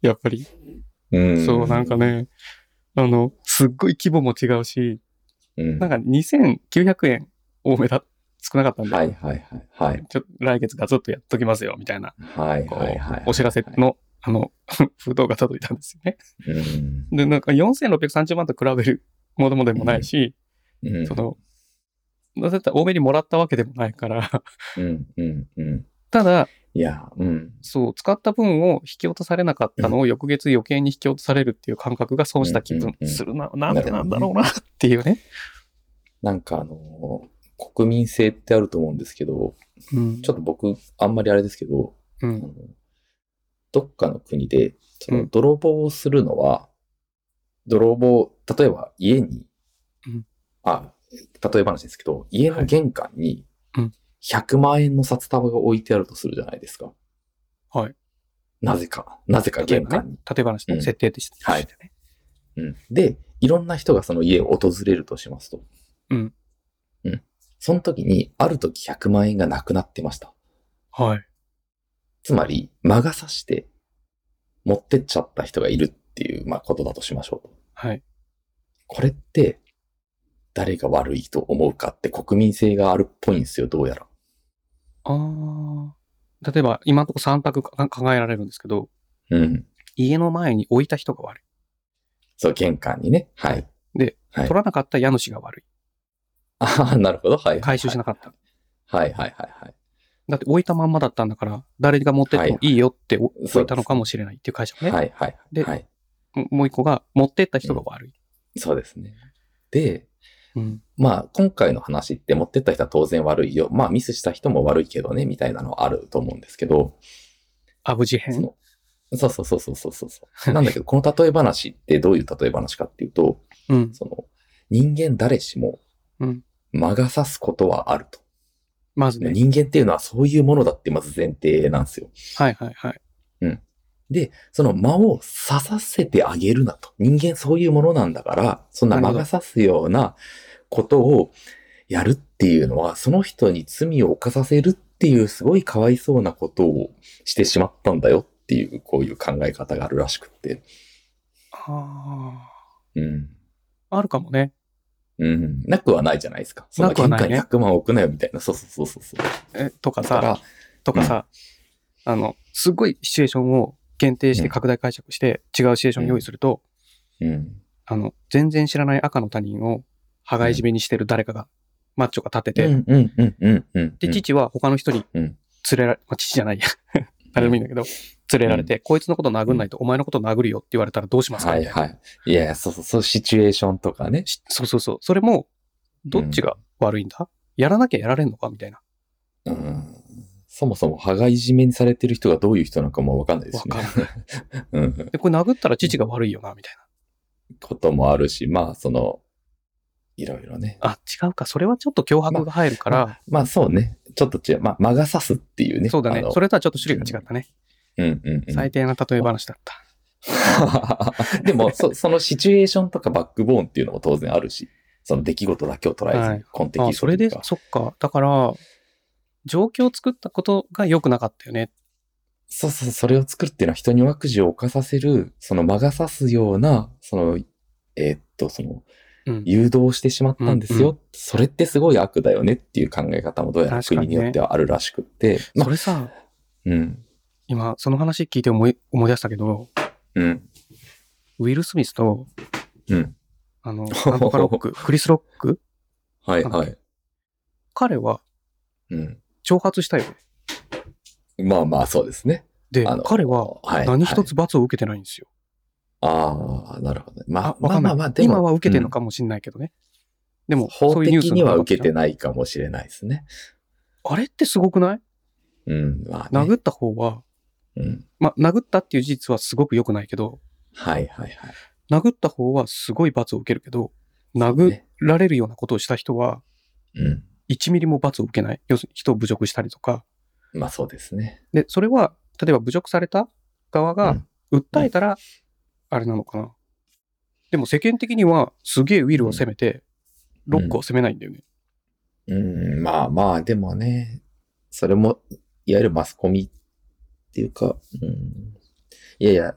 A: やっぱり。
B: うん。
A: そう、なんか。ね、あの、すっごい規模も違うし、
B: うん。
A: なん
B: は
A: か2900円多めだ、少なかったん
B: い
A: で、
B: はいはい。はい。
A: ちょっと来月ガツッとやっときますよ、みたいな、
B: はい
A: こ
B: はいはい。
A: う、お知らせの、あの、 封筒が届いたんですよね。
B: うん。
A: で、なんか4630万と比べる ものでもないし、
B: うん。
A: その、だって多めにもらったわけでもないから、
B: うん。うん。うん。
A: ただ、
B: いや、うん。
A: そう、使った分を引き落とされなかったのを翌月余計に引き落とされるっていう感覚が損した気
B: うんう
A: 分
B: んうん
A: するな、なんでなんだろうなっていうね。
B: なんかあのー国民性ってあると思うんですけど、
A: うん
B: ちょっと僕、あんまりあれですけど、
A: う
B: あ
A: ん
B: のどっかの国で、そうの
A: ん
B: 泥棒をするのは、泥棒、例えば家に、
A: うん
B: あ、例え話ですけど、家の玄関に
A: うん、
B: 100万円の札束が置いてあるとするじゃないですか。
A: はい。
B: なぜか、なぜか
A: 例え
B: 玄
A: ばね
B: 関に。、
A: 例え話
B: う
A: の
B: ん
A: 設定として
B: はい
A: してね。
B: うん、で、いろんな人がその家を訪れるとしますと。
A: うん。
B: うん。その時に、ある時100万円がなくなってました。
A: はい。
B: つまり、魔が差して、持ってっちゃった人がいるっていう、まあ、ことだとしましょう。
A: はい。
B: これって、誰が悪いと思うかって国民性があるっぽいんですよ、どうやら。
A: あー例えば、今のところ3択か考えられるんですけど、
B: うん。
A: 家の前に置いた人が悪
B: そう、玄関にね。はい。
A: で、。
B: はいい
A: 取、らなかった家主が悪
B: ああ、なるほど。はい。
A: い。回収しなかった。
B: はいはいはいはい。
A: だって置いたまんまだったんだから、誰が持ってってもいいよってお
B: そうです
A: 置いたのかもしれないっていう解釈ね。
B: はいはいはい。
A: で
B: はい。
A: ももう一個が、持ってった人が悪い。
B: そうですね。で、
A: うん。
B: まあ、今回の話って持ってった人は当然悪いよ。まあ、ミスした人も悪いけどね、みたいなのはあると思うんですけど、
A: アブ事変。
B: そうそうそうそうそうそうそう。なんだけど、この例え話ってどういう例え話かっていうと、
A: うん。
B: その、人間誰しも
A: うん、
B: 魔が差すことはあると。
A: まずね。
B: 人間っていうのはそういうものだってまず前提なんですよ。
A: はいはいはい。
B: で、その魔を刺させてあげるなと。人間そういうものなんだから、そんな魔が刺すようなことをやるっていうのは、その人に罪を犯させるっていうすごいかわいそうなことをしてしまったんだよっていう、こういう考え方があるらしくって。
A: あ
B: うん。
A: あ。あるかもね。
B: うん。なくはないじゃないですか。そんな
A: なくは
B: 玄
A: ない
B: 関に
A: ね
B: 100万置くなよみたいな。そうそうそうそうそう。
A: え、とか
B: だか
A: さ
B: ら、、
A: とかさ、あの、すごいシチュエーションを限定して拡大解釈して、違うシチュエーションを用意すると、
B: うん。
A: あの、全然知らない赤の他人を、羽交い締めにしてる誰かが、マッチョが立て
B: う
A: て、
B: んうんうんうんうん。
A: で、父は他の人に
B: うん
A: 連れられ、まあ、父じゃないや。 誰でもいいんだけど、連れられて、こいつのこと殴んないと、お前のこと殴るよって言われたらどうしますか
B: は
A: み
B: い
A: たいな
B: はい。いやいや、そうそう、そう、シチュエーションとかね。
A: しそうそうそう。それも、どっちが悪いんだ、やらなきゃやられんのかみたいな。
B: うん。そもそも、羽がいじめにされてる人がどういう人なのかもわかんないで
A: わ
B: す
A: か
B: ね。
A: らない。
B: うん。
A: で、これ殴ったら父が悪いよな、みたい
B: こともあるし、まあ、その、いろいろね。
A: な。あ、違うか。それはちょっと脅迫が入るから、
B: まあ、そうね。ちょっと違う。まあ、魔が差すっていうね。
A: そうだね
B: あ。の
A: それとはちょっと種類が違ったね。
B: うんうん、うん。
A: 最低な例え話だった。
B: でもそ、そのシチュエーションとかバックボーンっていうのも当然あるし、その出来事だけを捉えずに、
A: はい
B: コンテ
A: あ
B: キス
A: そ
B: トとい
A: れ
B: う
A: で
B: か、
A: そっか。だから、状況を作ったことが良くなかったよね。
B: そうそう、それを作るっていうのは人に悪事を犯させる、その魔が差すような、その、えーっと、その、
A: うん。
B: 誘導してしまったんですよ、
A: う
B: それってすごい悪だよねっていう考え方もどうやら
A: 確か
B: 国
A: にね
B: によってはあるらしくって、ま
A: それさ、
B: うん、
A: 今、その話聞いて思い思い出したけど、
B: うん、
A: ウィル・スミスと、
B: うん。
A: あ の、なんとかロック、クリス・ロック、
B: はいはい。
A: 彼は
B: うん。
A: 挑発したよね。
B: まあまあ、そうですね。
A: で
B: あの、
A: 彼は
B: はい
A: 何一
B: はい
A: つ罰を受けてないんですよ。
B: ああ、なるほどね。ま
A: あ
B: あ、、
A: わかんな
B: まあ
A: い
B: まあまあ、でも
A: 今は受けてる
B: う
A: の
B: ん
A: かもしれないけどね。でも、そ
B: 法
A: ういうニュース
B: 的には受けて
A: い。
B: ないかもしれないですね。
A: あれってすごくない
B: うん、まあ、ね。
A: 殴った方は、
B: うん。
A: まあ、殴ったっていう事実はすごく良くないけど、
B: はいはいはい。
A: 殴った方はすごい罰を受けるけど、殴られるようなことをした人は、
B: うん。
A: 1ミリも罰を受けない。要するに人を侮辱したりとか。
B: まあそうですね。
A: で、それは、例えば侮辱された側が訴えたら、あれなのかな。でも世間的には、すげえウィルを責めて、ロックを責めないんだよね。
B: うん、まあまあ、でもね、それも、いわゆるマスコミっていうか、うん、いやいや、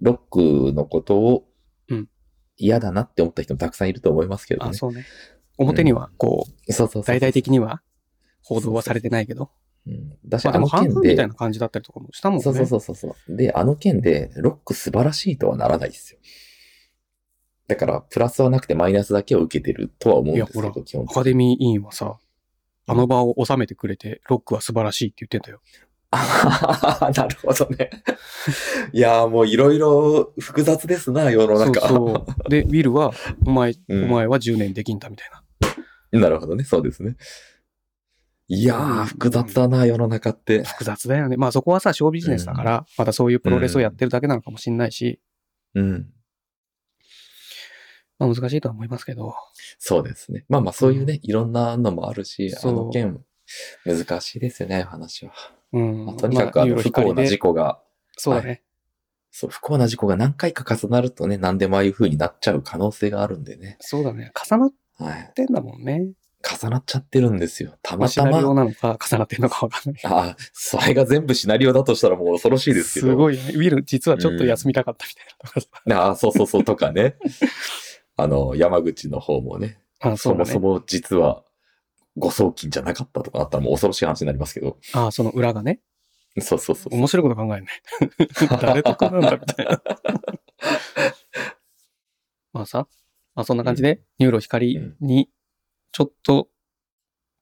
B: ロックのことを
A: うん
B: 嫌だなって思った人もたくさんいると思いますけどね。
A: あ、そうね。表には、こう、
B: そうそうそう
A: 大々的には報道はされてないけど。
B: うん、だし、
A: まあで
B: あ
A: も
B: の
A: 半
B: 件
A: 々みたい
B: で
A: な、感じだったりとかもしたもんね。
B: そうそうそうそうそう。で、あの件で、ロック素晴らしいとはならないですよ。だから、プラスはなくてマイナスだけを受けてるとは思うんですけ
A: いやほ
B: ど、基本
A: ア
B: 的に
A: カデミー委員はさ、あの場を収めてくれて、ロックは素晴らしいって言ってたよ。
B: あーなるほどね。 いやーもういろいろ複雑ですな、世の
A: そう
B: 中。
A: そう。で、ウィルは、お前、
B: うん
A: お前は10年できんだみたいな。
B: なるほどね、そうですね。いやー、複雑だな、世の中って。
A: 複雑だよね。まあそこはさ、ショービジネスだから、またそういうプロレスをやってるだけなのかもしれないし、
B: うん。
A: まあ難しいとは思いますけど。
B: そうですね。まあまあ、そういうね、いろんなのもあるし、
A: そ
B: あ
A: う
B: の件、難しいですよね、話は。
A: うん。
B: まあ、とにかく、
A: ま
B: あ
A: あユー
B: の、
A: ロ
B: 不幸
A: 光
B: な事
A: で。
B: 故が、
A: そうだね。
B: そう、不幸な事故が何回か重なるとね、何でもああいう風になっちゃう可能性があるんでね。
A: そうだね。重なっ
B: はい。
A: てんだもんね。
B: 重なっちゃってるんですよ。た
A: まあ
B: ま
A: シ
B: た
A: ナリオ
B: ま。
A: なのか、重なってんのかわかんない。
B: ああ、それが全部シナリオだとしたらもう恐ろしいですけど。
A: すごいよね。ウィル、実はちょっと休みたかったみたいなとかさ。
B: ああ、そうそうそうとかね。 あの、山口の方もね、
A: あそ
B: そ
A: うだ
B: も
A: ね。
B: そも実は、誤送金じゃなかったとかあったらもう恐ろしい話になりますけど。
A: あその裏がね。
B: そうそうそう。
A: 面白いこと考えるね。 誰得なんだみたい な。まあさ、まあそんな感じで、ニューロ光に、ちょっと、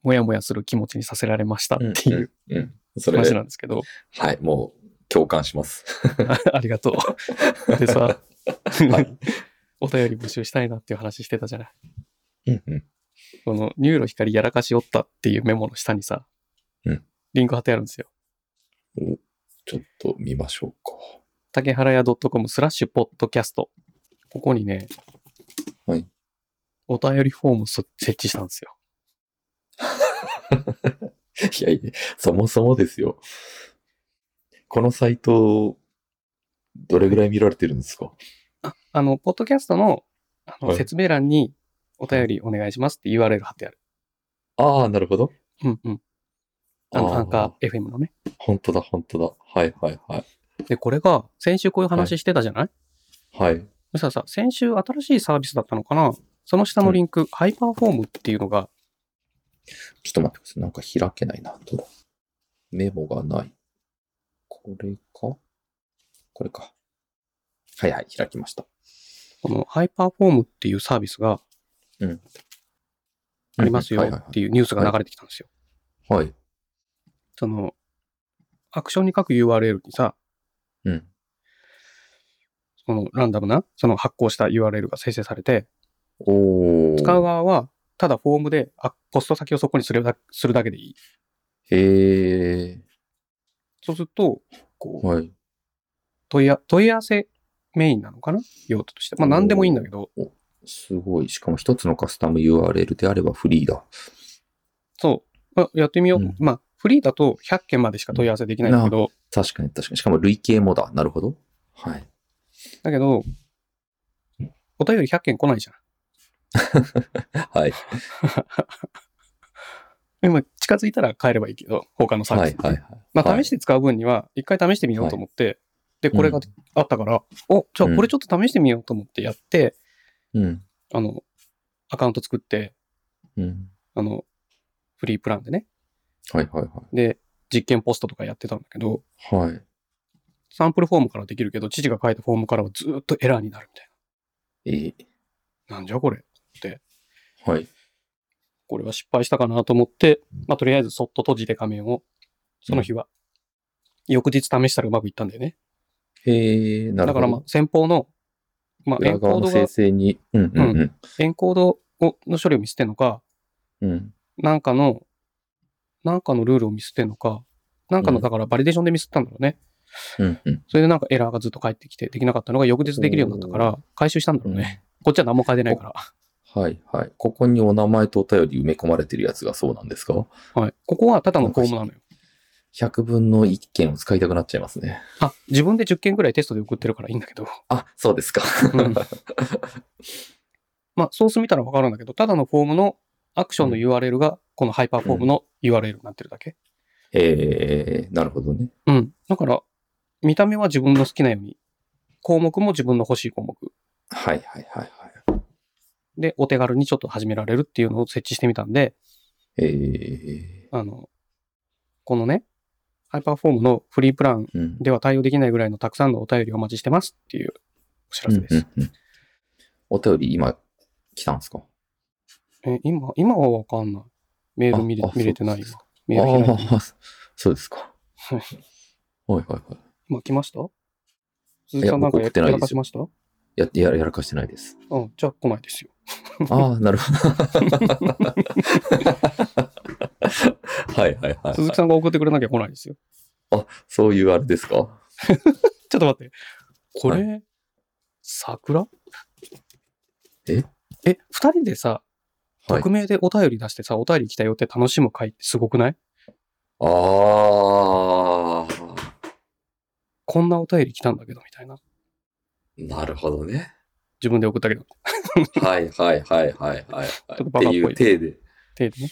A: もやもやする気持ちにさせられましたっていう
B: うん。うんそれ
A: 話
B: で
A: な、んですけど、
B: はい、もう共感します。
A: ありがと う。でさ、
B: はい。
A: お便り募集したいなっていう話してたじゃない。
B: うんうん。
A: この、ニューロ光やらかしおったっていうメモの下にさ、
B: うん
A: リンク貼ってあるんですよ。
B: ちょっと見ましょう
A: 竹原屋 .com スラッシュポッドキャスト。ここにね、
B: はい
A: お便りフォームそ設置したんですよ。
B: か。いやいや、そもそもですよ。このサイト、どれぐらい見られてるんですか
A: あの、ポッドキャストのあの
B: はい
A: 説明欄にお便りお願いしますって URL 貼ってある。
B: ああ、なるほど。
A: うんうん。あの、
B: ー
A: アンカー FM のね。
B: 本当だ、本当だ。はいはいはい。
A: で、これが、先週こういう話してたじゃない、
B: はい。
A: そしたらさ、先週新しいサービスだったのかなその下のリンク、ハイパーフォームっていうのが、
B: ちょっと待ってください。なんか開けないな。どうだメモがない。これかこれか。はいはい、開きました。
A: このハイパーフォームっていうサービスが、
B: うん
A: ありますよ
B: はいはいはい
A: っていうニュースが流れてきたんですよ。
B: はい。
A: その、アクションに書く URL にさ、
B: うん。
A: そのランダムな、その発行した URL が生成されて、
B: おー。
A: 使う側は、ただフォームで、あ、ポスト先をそこにするだするだけでいい。
B: へえ。
A: そうすると、こう、
B: はい。
A: 問いあ問い合わせメインなのかな用途として。まあ、何でもいいんだけど、
B: すごい。しかも一つのカスタム URL であればフリーだ。
A: そう。まあ、やってみよう。
B: うん
A: まあ、フリーだと100件までしか問い合わせできないんだけど、
B: 確かに確かに。しかも累計もだ。なるほど。はい。
A: だけど、お便り100件来ないじゃん。
B: はい。
A: でも近づいたら変えればいいけど、他のサー
B: は
A: ビ
B: い
A: ス。
B: はいはい。
A: まあ、試し
B: して
A: 使う分には、一回試してみようと思って、で、これが
B: うん
A: あったから、お、じゃあこ
B: う
A: れ
B: ん
A: ちょっと試してみようと思ってやって、
B: うん。
A: あの、アカウント作って、
B: うん。
A: あの、フリープランでね。
B: はいはい
A: で、実験ポストとかやってたんだけど、
B: はい。はい。
A: サンプルフォームからできるけど、知事が書いたフォームからはずーっとエラーになるみたい
B: え
A: な。なんじゃこれ。
B: ー、はい。
A: これは失敗したかなと思って、まあ、とりあえずそっと閉じて画面を、その日は。翌日試したらうまくいったんだよね。
B: へえ、な
A: だ
B: る
A: か
B: ほ
A: ら
B: ど。
A: まあ、先方の、まあ、エ
B: 裏
A: ンコー
B: 側の
A: ドが
B: 生、成に。うんうんうん。
A: エンコードをの処理を見捨てるのか、
B: うん。
A: なんかの、なんかのルールを見捨てるのか、なんか
B: う
A: の、
B: ん
A: だからバリデーションでミスったんだろうね。
B: うんうん。
A: それでなんかエラーがずっと返ってきて、できなかったのが翌日できるようになったから、回収したんだろうね。こっちは何も変えてないから。
B: はいはい。ここにお名前とお便り埋め込まれてるやつがそうなんですか
A: はい。ここはただのフォームなのよ。
B: ?100 分の1件を使いたくなっちゃいますね。
A: あ、自分で10件ぐらいテストで送ってるからいいんだけ ど。
B: あ、そうですか。
A: うんまあ、ソース見たらわかるんだけど、ただのフォームのアクションの URL が、このハイパーフォームの URL になってるだけ。
B: えー、なるほどね。
A: うん。だから、見た目は自分の好きなように、項目も自分の欲しい項目。
B: はいはいはいはい。
A: で、お手軽にちょっと始められるっていうのを設置してみたんで、
B: え
A: あの、このね、ハイパーフォームのフリープラン
B: ー、うん。
A: では対応できないぐらいのたくさんのお便りをお待ちしてますっていうお知らせです。
B: うんうんうんお便り今来たんですか
A: え、今、今はわかんない。メール見れ
B: ああ
A: 見れてない
B: そうです
A: 今。メール開いてない
B: ああ、そうですか。はいはいはい。
A: 今来ました鈴木さんなんかや
B: 僕送ってないです
A: やらかしました
B: やってやらやらかしてな いです。
A: うん、じゃあ来ないですよ。
B: ああ、なるほど。はいはいはい、
A: 鈴木さんが送ってくれなきゃ来ないですよ。
B: あ、そういうあれですか
A: ちょっと待って。これ、
B: は
A: 桜
B: え
A: え、二人でさ、
B: はい
A: 匿。名でお便り出してさ、お便り来たよって楽しむ会ってすごくない
B: ああ、
A: こんなお便り来たんだけど、みたいな。
B: なるほどね。
A: 自分で送ったけど、
B: はいはいはいはいはい、はい。
A: ちょっとバカっぽい
B: ていう体で。
A: 手でね。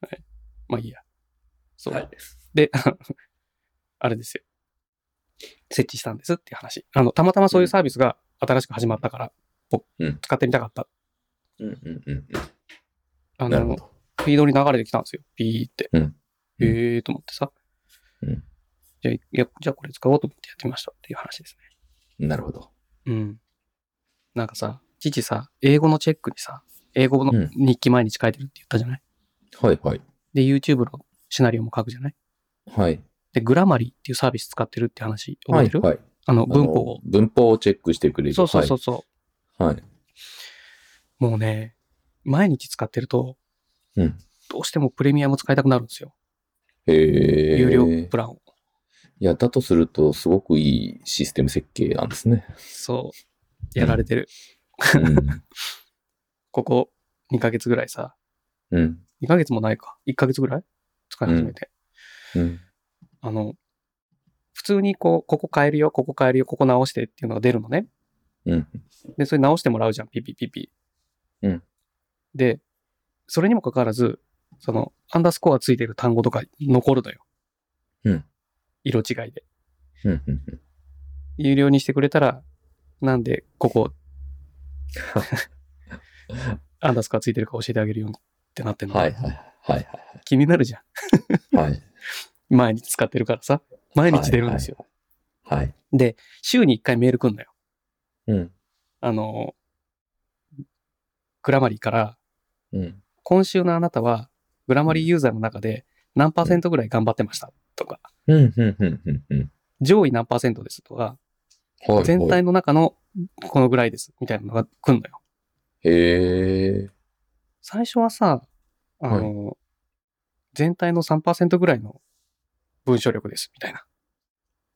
A: はい。まあいいや。そう。
B: はい、
A: で、あれですよ。設置したんですっていう話。あの、たまたまそういうサービスが新しく始まったから、お
B: うん
A: 使ってみたかった。
B: うんうんうんう
A: あ
B: ん。なるほ
A: の、
B: ど。
A: フィードに流れてきたんですよ。ピーって。
B: うん
A: ええーと思ってさ。
B: うん
A: じゃあいや、じゃあこれ使おうと思ってやってみましたっていう話です
B: なるほど。
A: ね。うん。なんかさ、父さ、英語のチェックにさ、英語の
B: うん
A: 日記毎日書いてるって言ったじゃない、
B: はいはい。
A: で、YouTube のシナリオも書くじゃない
B: はい。
A: で、グラマリーっていうサービス使ってるって話覚えてる、
B: はいはい、
A: あの、
B: あの
A: 文法を。
B: 文法をチェックしてくれる。
A: そうそうそうそう。
B: はい。はい。
A: もうね、毎日使ってると、
B: うん
A: どうしてもプレミアム使いたくなるんですよ。
B: へえ。
A: 有料プランを。
B: いや、だとすると、すごくいいシステム設計なんです ね。
A: そう。やられてる。
B: うん。
A: ここ2ヶ月ぐらいさ、
B: うん。
A: 2ヶ月もないか。1ヶ月ぐらい使い始めて。
B: うん。
A: あの、普通にこう、ここ変えるよ、ここ変えるよ、ここ直してっていうのが出るのね。
B: うん。
A: で、それ直してもらうじゃん、ピピピピ。
B: うん
A: で、それにもかかわらず、その、アンダースコアついてる単語とか残るのよ。
B: うん
A: 色違いで。
B: うん。うん
A: 有料にしてくれたら、なんでここ、アンダースコアついてるか教えてあげるよってなってんの。
B: はいはい。はい
A: 気になるじゃ
B: はい。はい。
A: ん。毎日使ってるからさ。毎日出るんですよ。
B: はい。
A: で、週に1回メール来んのよ。
B: うん。
A: あの、グラマリーから、
B: うん。
A: 今週のあなたは、グラマリーユーザーの中で何パーセントぐらい頑張ってましたとか、
B: うん。うん。うん。うん。
A: 上位何パーセントですとか、
B: はい。
A: 全
B: はい
A: 体の中のこのぐらいですみたいなのが来んのよ。
B: へえ。
A: 最初はさ、あの、全体の3%ぐらいの文章力です、みたいな。
B: あ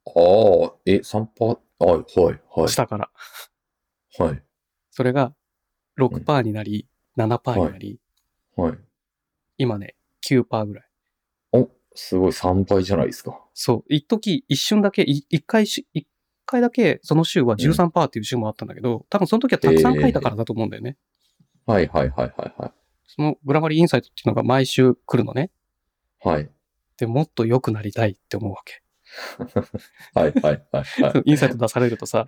B: あ、え、3パー、はい、はい、はい。
A: 下から。
B: はい、
A: それが6%になり、7%になり、
B: はい。
A: 今ね、9%ぐらい。
B: お、すごい、3倍じゃないですか。
A: そう。一時一瞬だけ、い一回し、一回だけ、その週は13%っていう週もあったんだけど、多分その時はたくさん書いたからだと思うんだよね。
B: はい、はい、はい、はい、は
A: そのグラマリーインサイトっていうのが毎週来るのね。
B: い。はい。
A: で、もっと良くなりたいって思うわけ。
B: はい、はい、はい、は い。
A: インサイト出されるとさ、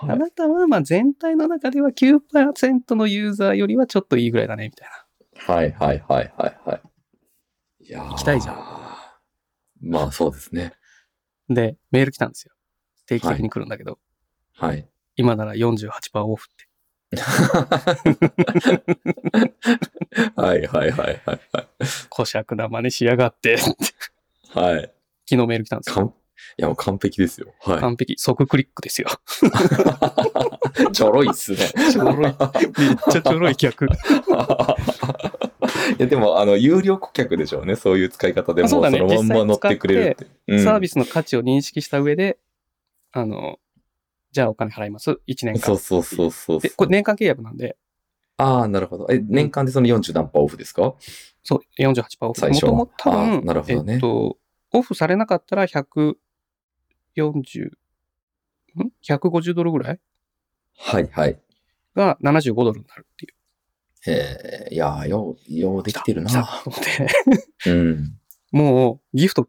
B: は
A: あ
B: い、
A: なたはまあ全体の中では9%のユーザーよりはちょっといいぐらいだね、みたい
B: はい、はい、はい、はいはい。いや行
A: きたいじゃん。
B: まあ、そうですね。
A: な。で、メール来たんですよ。定期的に来るんだけど、
B: はい。
A: 今なら48%オフって。
B: はい、はい、はい、はい、
A: こしゃくな真似しやがって。 昨
B: はい。はい。
A: 日メール来たんです
B: か
A: よ。
B: ん、いや、もう完璧ですよ。は
A: 完璧。即クリックですよ。
B: い。ちょ ろいっすね。
A: ちょろい。 めっちゃちょろい客。
B: いや、でも、あの、有料顧客でしょうね。そういう使い方でも、
A: あそうだね
B: のまんま乗ってくれるって。うん
A: サービスの価値を認識した上で、あの、じゃあお金払います。1年
B: そ
A: 間
B: う。そうそうそうそ
A: で、
B: う。
A: これ年間契約なんで、
B: ああ、なるほど。え、年間でその40何パーオフですか
A: そう、48%オフ。
B: 最初は
A: もとも
B: あ
A: 多
B: ー
A: 分、
B: なるほどね
A: えっと、オフされなかったら140、ん ?150 ドルぐらい
B: はいはい。
A: が75ドルになるっていう。
B: えー、いやー、よう、ようできてるな
A: 来。たと思って。
B: うん。
A: もう、ギフト、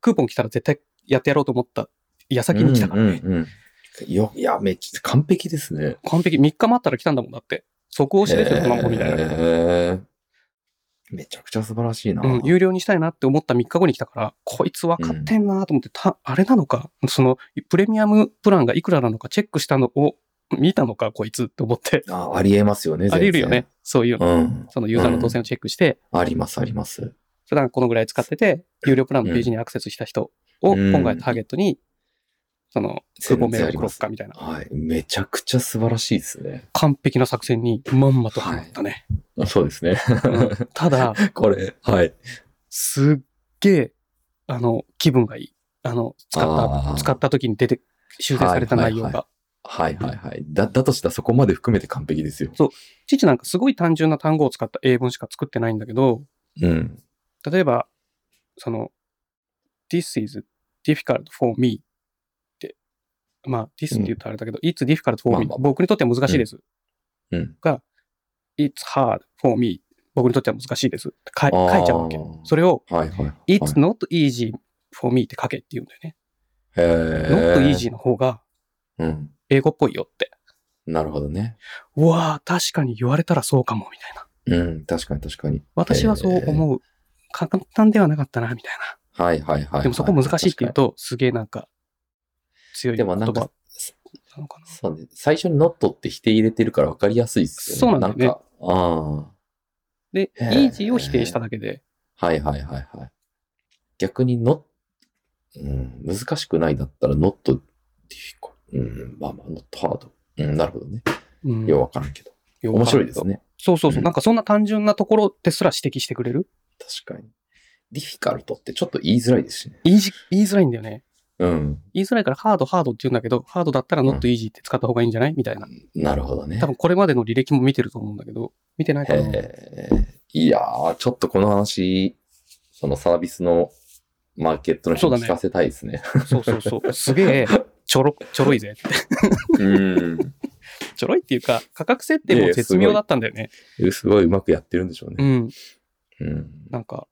A: クーポン来たら絶対やってやろうと思った。矢先に来たからね。
B: うんうんうん。よ、いや、めっちゃ完璧ですね。
A: 完璧。3日待ったら来たんだもんだって。即押しですよ、この子みたいな。
B: えーめちゃくちゃ素晴らしいな。
A: うん、有料にしたいなって思った3日後に来たから、こいつ分かってんなと思って、た、あれなのか、その、プレミアムプランがいくらなのかチェックしたのを見たのか、こいつって思って、
B: あありえますよね。
A: あり得るよね。そういう
B: 全
A: の。
B: 然。うん。
A: そのユーザーの動線をチェックして、
B: あります、あります。
A: 普段このぐらい使ってて、有料プランのページにアクセスした人を
B: うん
A: 今回ターゲットに、その、クーポンメールを送ろうかみたいな。
B: はい。めちゃくちゃ素晴らしいですね。
A: 完璧な作戦にまんまとはまったね。
B: そうですね。
A: うんただ、
B: これ、はい。
A: すっげえ、あの、気分がいい。あの、使っ
B: あー
A: た、使った時に出て、修正された内容
B: はいはい
A: が。
B: はいはいはい。だ、だとしたらそこまで含めて完璧ですよ。
A: 父なんかすごい単純な単語を使った英文しか作ってないんだけど、
B: うん。
A: 例えば、その、this is difficult for me って、まあ、this って言ったらあれだけど、it's difficult for
B: まあ
A: me、
B: まあ
A: 僕にとっては難しいです。
B: うん。
A: it's hard for me。僕にとっては難しいです。って書い
B: あー
A: 書いちゃうわけ。それを、
B: はいはいはい。
A: it's not easy for me って書けって言うんだよね。
B: へ
A: not
B: ー
A: easy の方が
B: うん。
A: 英語っぽいよって。
B: なるほどね。
A: うわあ、確かに言われたらそうかも、みたいな。
B: うん。確かに確かに。
A: 私はそう思う。簡単ではなかったな、みたい
B: はいはいはいは
A: な。
B: い。
A: でもそこ難しいって言うと、すげえなんか、強い
B: で
A: 言
B: も
A: 葉
B: な
A: なん
B: か
A: のかな。
B: そうね。最初にノットって否定入れてるから分かりやすいっすよ
A: そう
B: ね。
A: なんだよね
B: か。あ
A: で、イ
B: へー
A: ージーを否定しただけで、
B: あ。はいはいはいはい。逆にノうん、難しくないだったらノット、うん、まあまあ、ノットハード。うん、なるほどね。
A: うん
B: よう分からんけど。面白いです。ね。
A: そうそうそうう。
B: ん
A: なんかそんな単純なところですら指摘してくれる
B: 確かに。ディフィカルトってちょっと言いづらいですしね。
A: 言いじ言いづらいんだよね。
B: うん。
A: 言いづらいからハードハードって言うんだけど、ハードだったらノットイージーって使った方がいいんじゃないみたいな。
B: なるほどね。
A: 多分これまでの履歴も見てると思うんだけど、見てないかな。
B: えーいやー、ちょっとこの話、そのサービスのマーケットの
A: そ
B: 人
A: うだ
B: に
A: ね
B: 聞かせたいですね。
A: そうそう そう。すげえ、ちょろ、ちょろいぜって。
B: うん
A: ちょろいっていうか、価格設定も絶妙だったんだよね。
B: え。 すごいうまくやってるんでしょう
A: う
B: ね。
A: ん。
B: うん。
A: なんか、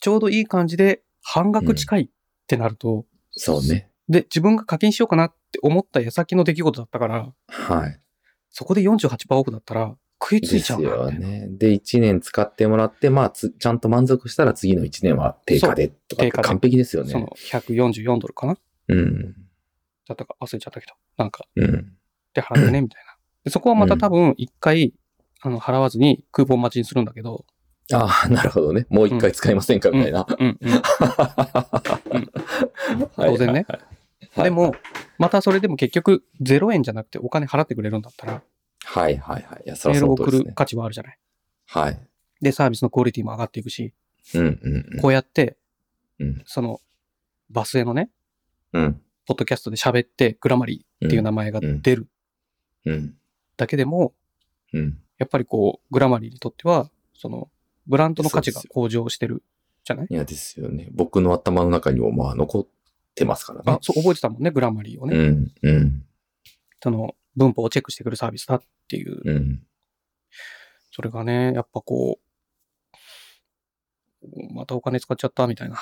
A: ちょうどいい感じで半額近いってなると、
B: そうね。
A: で、自分が課金しようかなって思った矢先の出来事だったから、
B: はい。
A: そこで48%オフだったら食いつ
B: で
A: いちゃ
B: す
A: うな
B: よ
A: みたいな。
B: ね。で、1年使ってもらって、まあつ、ちゃんと満足したら次の1年は定価でとかって
A: 定価で
B: 完璧ですよ
A: その
B: ね。
A: 144ドルかな
B: うん。
A: だったか忘れちゃったけど、なんか、
B: うん。
A: で払ってね、みたいな。で、そこはまた多分一回、あの、払わずにクーポン待ちにするんだけど、
B: あ あ、なるほどね。もう一回使いませんかみたいな。
A: うん、うん。 当然ね
B: はい。
A: でも、またそれでも結局0円じゃなくてお金払ってくれるんだったら、
B: はいはいはい。いや、そ
A: メ
B: ら
A: ー
B: そ
A: ルを
B: の通
A: 送
B: りです
A: る
B: ね。
A: 価値はあるじゃない。
B: はい。
A: で、サービスのクオリティも上がっていくし、
B: うんうん
A: こうやって、
B: うん
A: その、バスへのね、
B: うん。うん。
A: ポッドキャストで喋って、グラマリーっていう名前が出る
B: うん。
A: だけでも、
B: うん。
A: やっぱりこう、グラマリーにとっては、その、ブランドの価値が向上してるじゃない
B: いや、ですよね。僕の頭の中にも、まあ、残ってますから
A: あ
B: ね、。
A: そう、覚えてたもんね、グラマリーをね。
B: うん、うん、
A: その、文法をチェックしてくるサービスだっていう、
B: うん。
A: それがね、やっぱこう、またお金使っちゃったみたいな。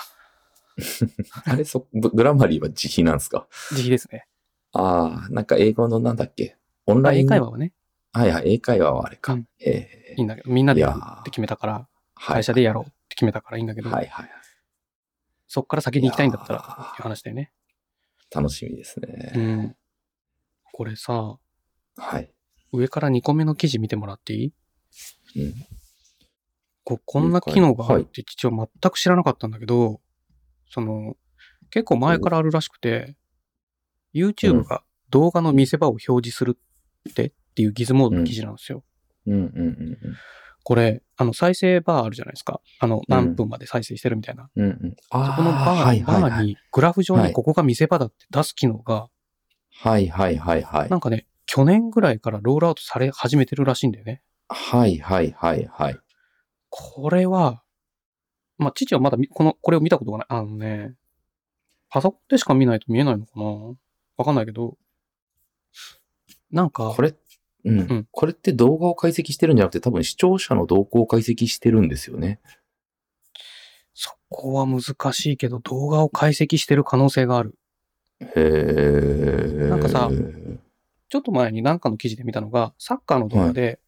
B: あれ、そ、ぶグラマリーは自費なんですか
A: 自費ですね。
B: ああ、なんか英語のなんだっけオン
A: まあ
B: ライ
A: 英
B: ン。
A: 会話はね、
B: はいはい、英会話はあれか。
A: うん
B: え
A: いいんだけど、みんなで
B: い
A: や
B: や
A: る
B: ー
A: って決めたから、
B: ー
A: 会社でやろうって決めたからいいんだけど、
B: はいはい。
A: そっから先に行きたいんだったらっていう
B: ら。
A: 話だよね。
B: 楽しみです
A: う
B: ね。
A: ん。これさ、
B: はい。
A: 上から2個目の記事見てもらっていい
B: うん。
A: ここんな機能があるって父は全く知らなかったんだけど、その、結構前からあるらしくて、
B: う
A: YouTube
B: ん
A: が動画の見せ場を表示するってっていうギズモードの記事なんですよ。
B: うんうんうん
A: これ、あの、再生バーあるじゃないですか。あの、何分まで再生してるみたいな。
B: うん。うんうん。あ
A: そこのバー,、
B: はいはい
A: バ
B: は
A: ー
B: い。
A: に、グラフ上
B: は
A: に
B: い
A: ここが見せ場だって出す機能が、
B: はいはいはいはい
A: な。んかね、去年ぐらいからロールアウトされ始めてるらしいんだよね。
B: はいはいはいはい。
A: これは、まあ、父はまだみこの、これを見たことがない。あのね、パソコンでしか見ないと見えないのかなわかんないけど、なんか、
B: これ、うん、
A: ん
B: これって動画を解析してるんじゃなくて、多分視聴者の動向を解析してるんですよね。
A: そこは難しいけど、動画を解析してる可能性がある。
B: へー
A: なんかさちょっと前に何かの記事で見たのが、サッカーの動画で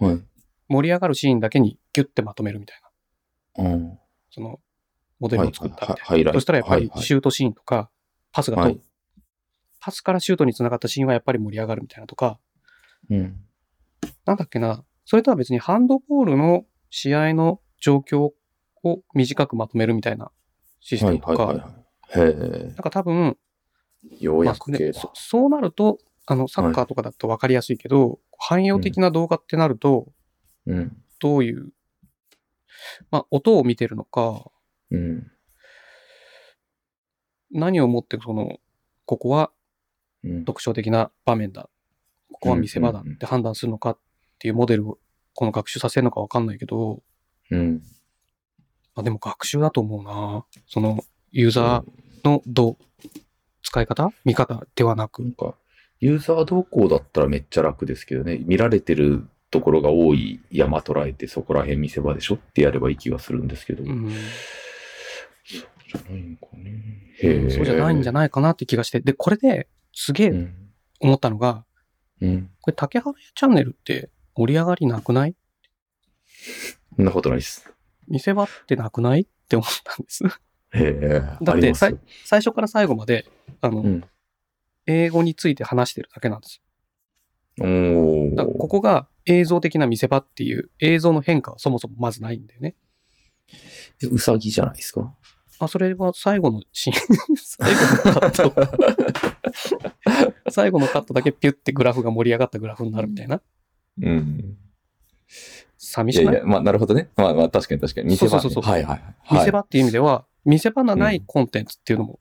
B: はい。
A: 盛り上がるシーンだけにギュッてまとめるみたいな、
B: うん。
A: その、モデルを作ったみたいな。
B: はいはいハイライト
A: そしたらやっぱり
B: はいはい
A: シュートシーンとか、パスが通る、
B: はい
A: パスからシュートに繋がったシーンはやっぱり盛り上がるみたいなとか、
B: うん。
A: なんだっけな、それとは別にハンドボールの試合の状況を短くまとめるみたいなシステムとか、なん
B: はいはいはい。へ
A: か多分、
B: え、よう
A: ま
B: や
A: あ
B: く系
A: ね
B: だ。
A: そそうなると、あの、サッカーとかだと分かりやすいけど、汎用的な動画ってなると、
B: うん。
A: どういう、まあ、音を見てるのか、
B: うん。
A: 何をもってその、ここは
B: うん。
A: 特徴的な場面だ、ここは見せ場だ
B: うんうんうん
A: って判断するのかっていうモデルを、この学習させるのか分かんないけど、
B: うん。
A: まあ、でも学習だと思うな。その、ユーザーのどう、使い方見方ではな
B: なん
A: く。
B: か、ユーザー動向だったらめっちゃ楽ですけどね、見られてるところが多い山捉えてそこら辺見せ場でしょってやればいい気がするんですけど。
A: うん、
B: じゃないんかね。へえ。
A: そうじゃないんじゃないかなって気がして。で、これですげ
B: う
A: え
B: ん。
A: 思ったのが、
B: うん。
A: これ竹原チャンネルって盛り上がりなくない
B: そんなことないです。
A: 見せ場ってなくないって思ったんです。
B: へえ。
A: だ
B: あ
A: っ
B: り
A: て
B: ます
A: さい最初から最後まで、あの、
B: うん。
A: 英語について話してるだけなんです。
B: おー
A: だからここが映像的な見せ場っていう映像の変化はそもそもまずないんだよね。
B: うさぎじゃないですか。
A: あ、それは最後のシーン、最後のカッ ト。最後のカットだけピュってグラフが盛り上がったグラフになるみたいな。
B: うん。
A: 寂
B: い
A: し
B: や
A: く
B: い
A: ない
B: や、まあ、なるほどね。まあ、まあ、確かに確かに。見せ場、ね。
A: そうそうそう
B: はいはいはい。
A: 見せ場っていう意味では、見せ場のな
B: う
A: い
B: ん
A: コンテンツっていうのも、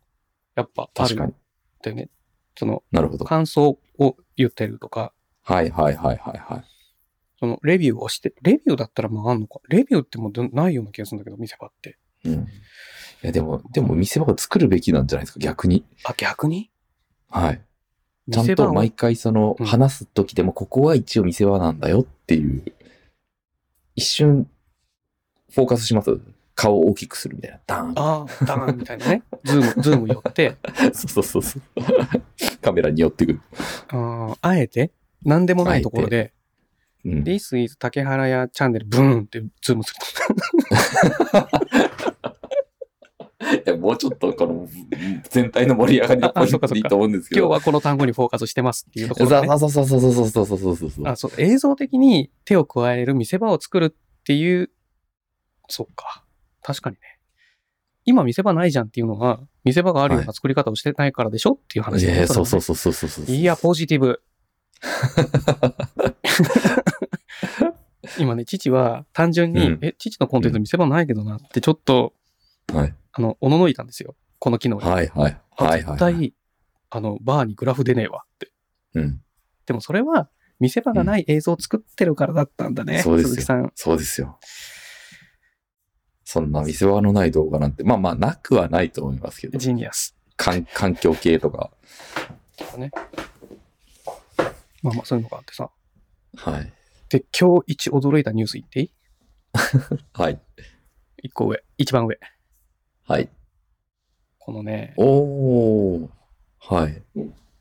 A: やっぱある
B: 確
A: ん
B: かに。
A: だよね。その、
B: なるほど。
A: 感想を言ってるとか、
B: はいはいはいはいはい。
A: その、レビューをして、レビューだったらまああんのか。レビューってもうないような気がするんだけど、見せ場って。
B: うん。いや、でも、でも見せ場を作るべきなんじゃないですか、逆に。
A: あ、逆に
B: はい。ち
A: 見
B: ゃん
A: せ場
B: と
A: を
B: 毎回その
A: うん
B: 話す時でもここは一応見せ場なんだよっていう、一瞬フォーカスします顔を大きくするみたいな。ダーン
A: ああ、ダーンみたいなね。ズーム、ズーム寄って、
B: そうそうそうそう。カメラに寄ってくる。
A: あーあえて、なんでもないところで、
B: うん、
A: This is 竹原屋チャンネルブーンってズームすると。
B: いやもうちょっとこの全体の盛り上がりのポイントでいいと思うんですけ
A: 今日
B: ど。
A: はこの単語にフォーカスしてますっていうとこ
B: そう
A: ろ がね、
B: そうそうそうそうそうそうそうそうそう。
A: あそう映像的に手を加える見せ場を作るっていう、そっか。確かにね。今見せ場ないじゃんっていうのは、見せ場があるような作り方をしてないからでしょっていう話
B: い
A: だ
B: や
A: よね、
B: いや
A: れは
B: そ
A: ね
B: うそうそうそうそうそう。
A: いや、ポジティ ブ。今ね、父は単純に、
B: うん
A: え、父のコンテンツ見せ場ないけどなってちょっと、
B: はい
A: あの、おののいたんですよ。この機能に。
B: はいはい
A: あ
B: はい
A: 絶
B: はい。
A: 対、あの、バーにグラフ出ねえわって。
B: うん。
A: でもそれは、見せ場がない映像を作ってるからだったんだね。
B: うんそうですよ
A: 鈴木さん。
B: そうですよ。そんな見せ場のない動画なんて、まあまあ、なくはないと思いますけど、
A: ジーニアス。
B: 環環境系とか。
A: まあまあ、そういうのがあってさ。
B: はい。
A: で、今日一驚いたニュース言っていい
B: はい。
A: 一個上。一番上。
B: はい。
A: このね、
B: おー。はい。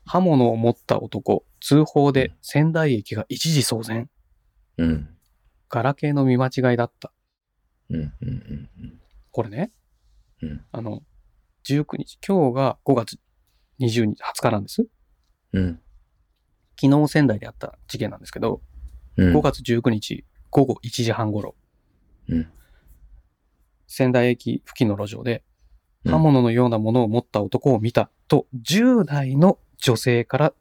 A: 刃物を持った男、通報で仙台駅が一時騒然。
B: うん。
A: ガラケーの見間違いだった。
B: うん。うん。うんうん。
A: これね、
B: うん
A: あの、19日、今日が5月20日、20日なんです。
B: うん。
A: 昨日仙台であった事件なんですけど、
B: うん
A: 5月19日午後1時半頃、
B: うん
A: 仙台駅付近の路上で
B: うん
A: 刃物のようなものを持った男を見たと10代の女性から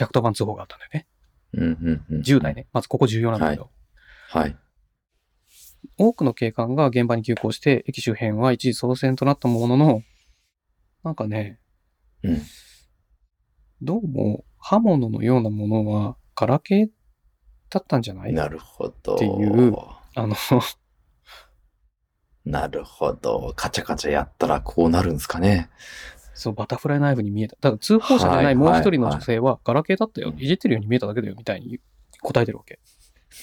A: 110番通報があったんだよね。
B: うん。うん。うん
A: 10代。ね。まずここ重要なんだけど、
B: はい。
A: 多くの警官が現場に急行して駅周辺は一時騒然となったものの、なんかね、
B: うん
A: どうも刃物のようなものはガラケーだったんじゃない
B: なるほど。
A: っていうあの、
B: なるほど。カチャカチャやったらこうなるんですかね。
A: そう、バタフライナイフに見えた。ただ通報者じゃないもう一人の女性は、ガラケーだったよ
B: う。ん
A: いじってるように見えただけだよ、みたいに答えてるわけ。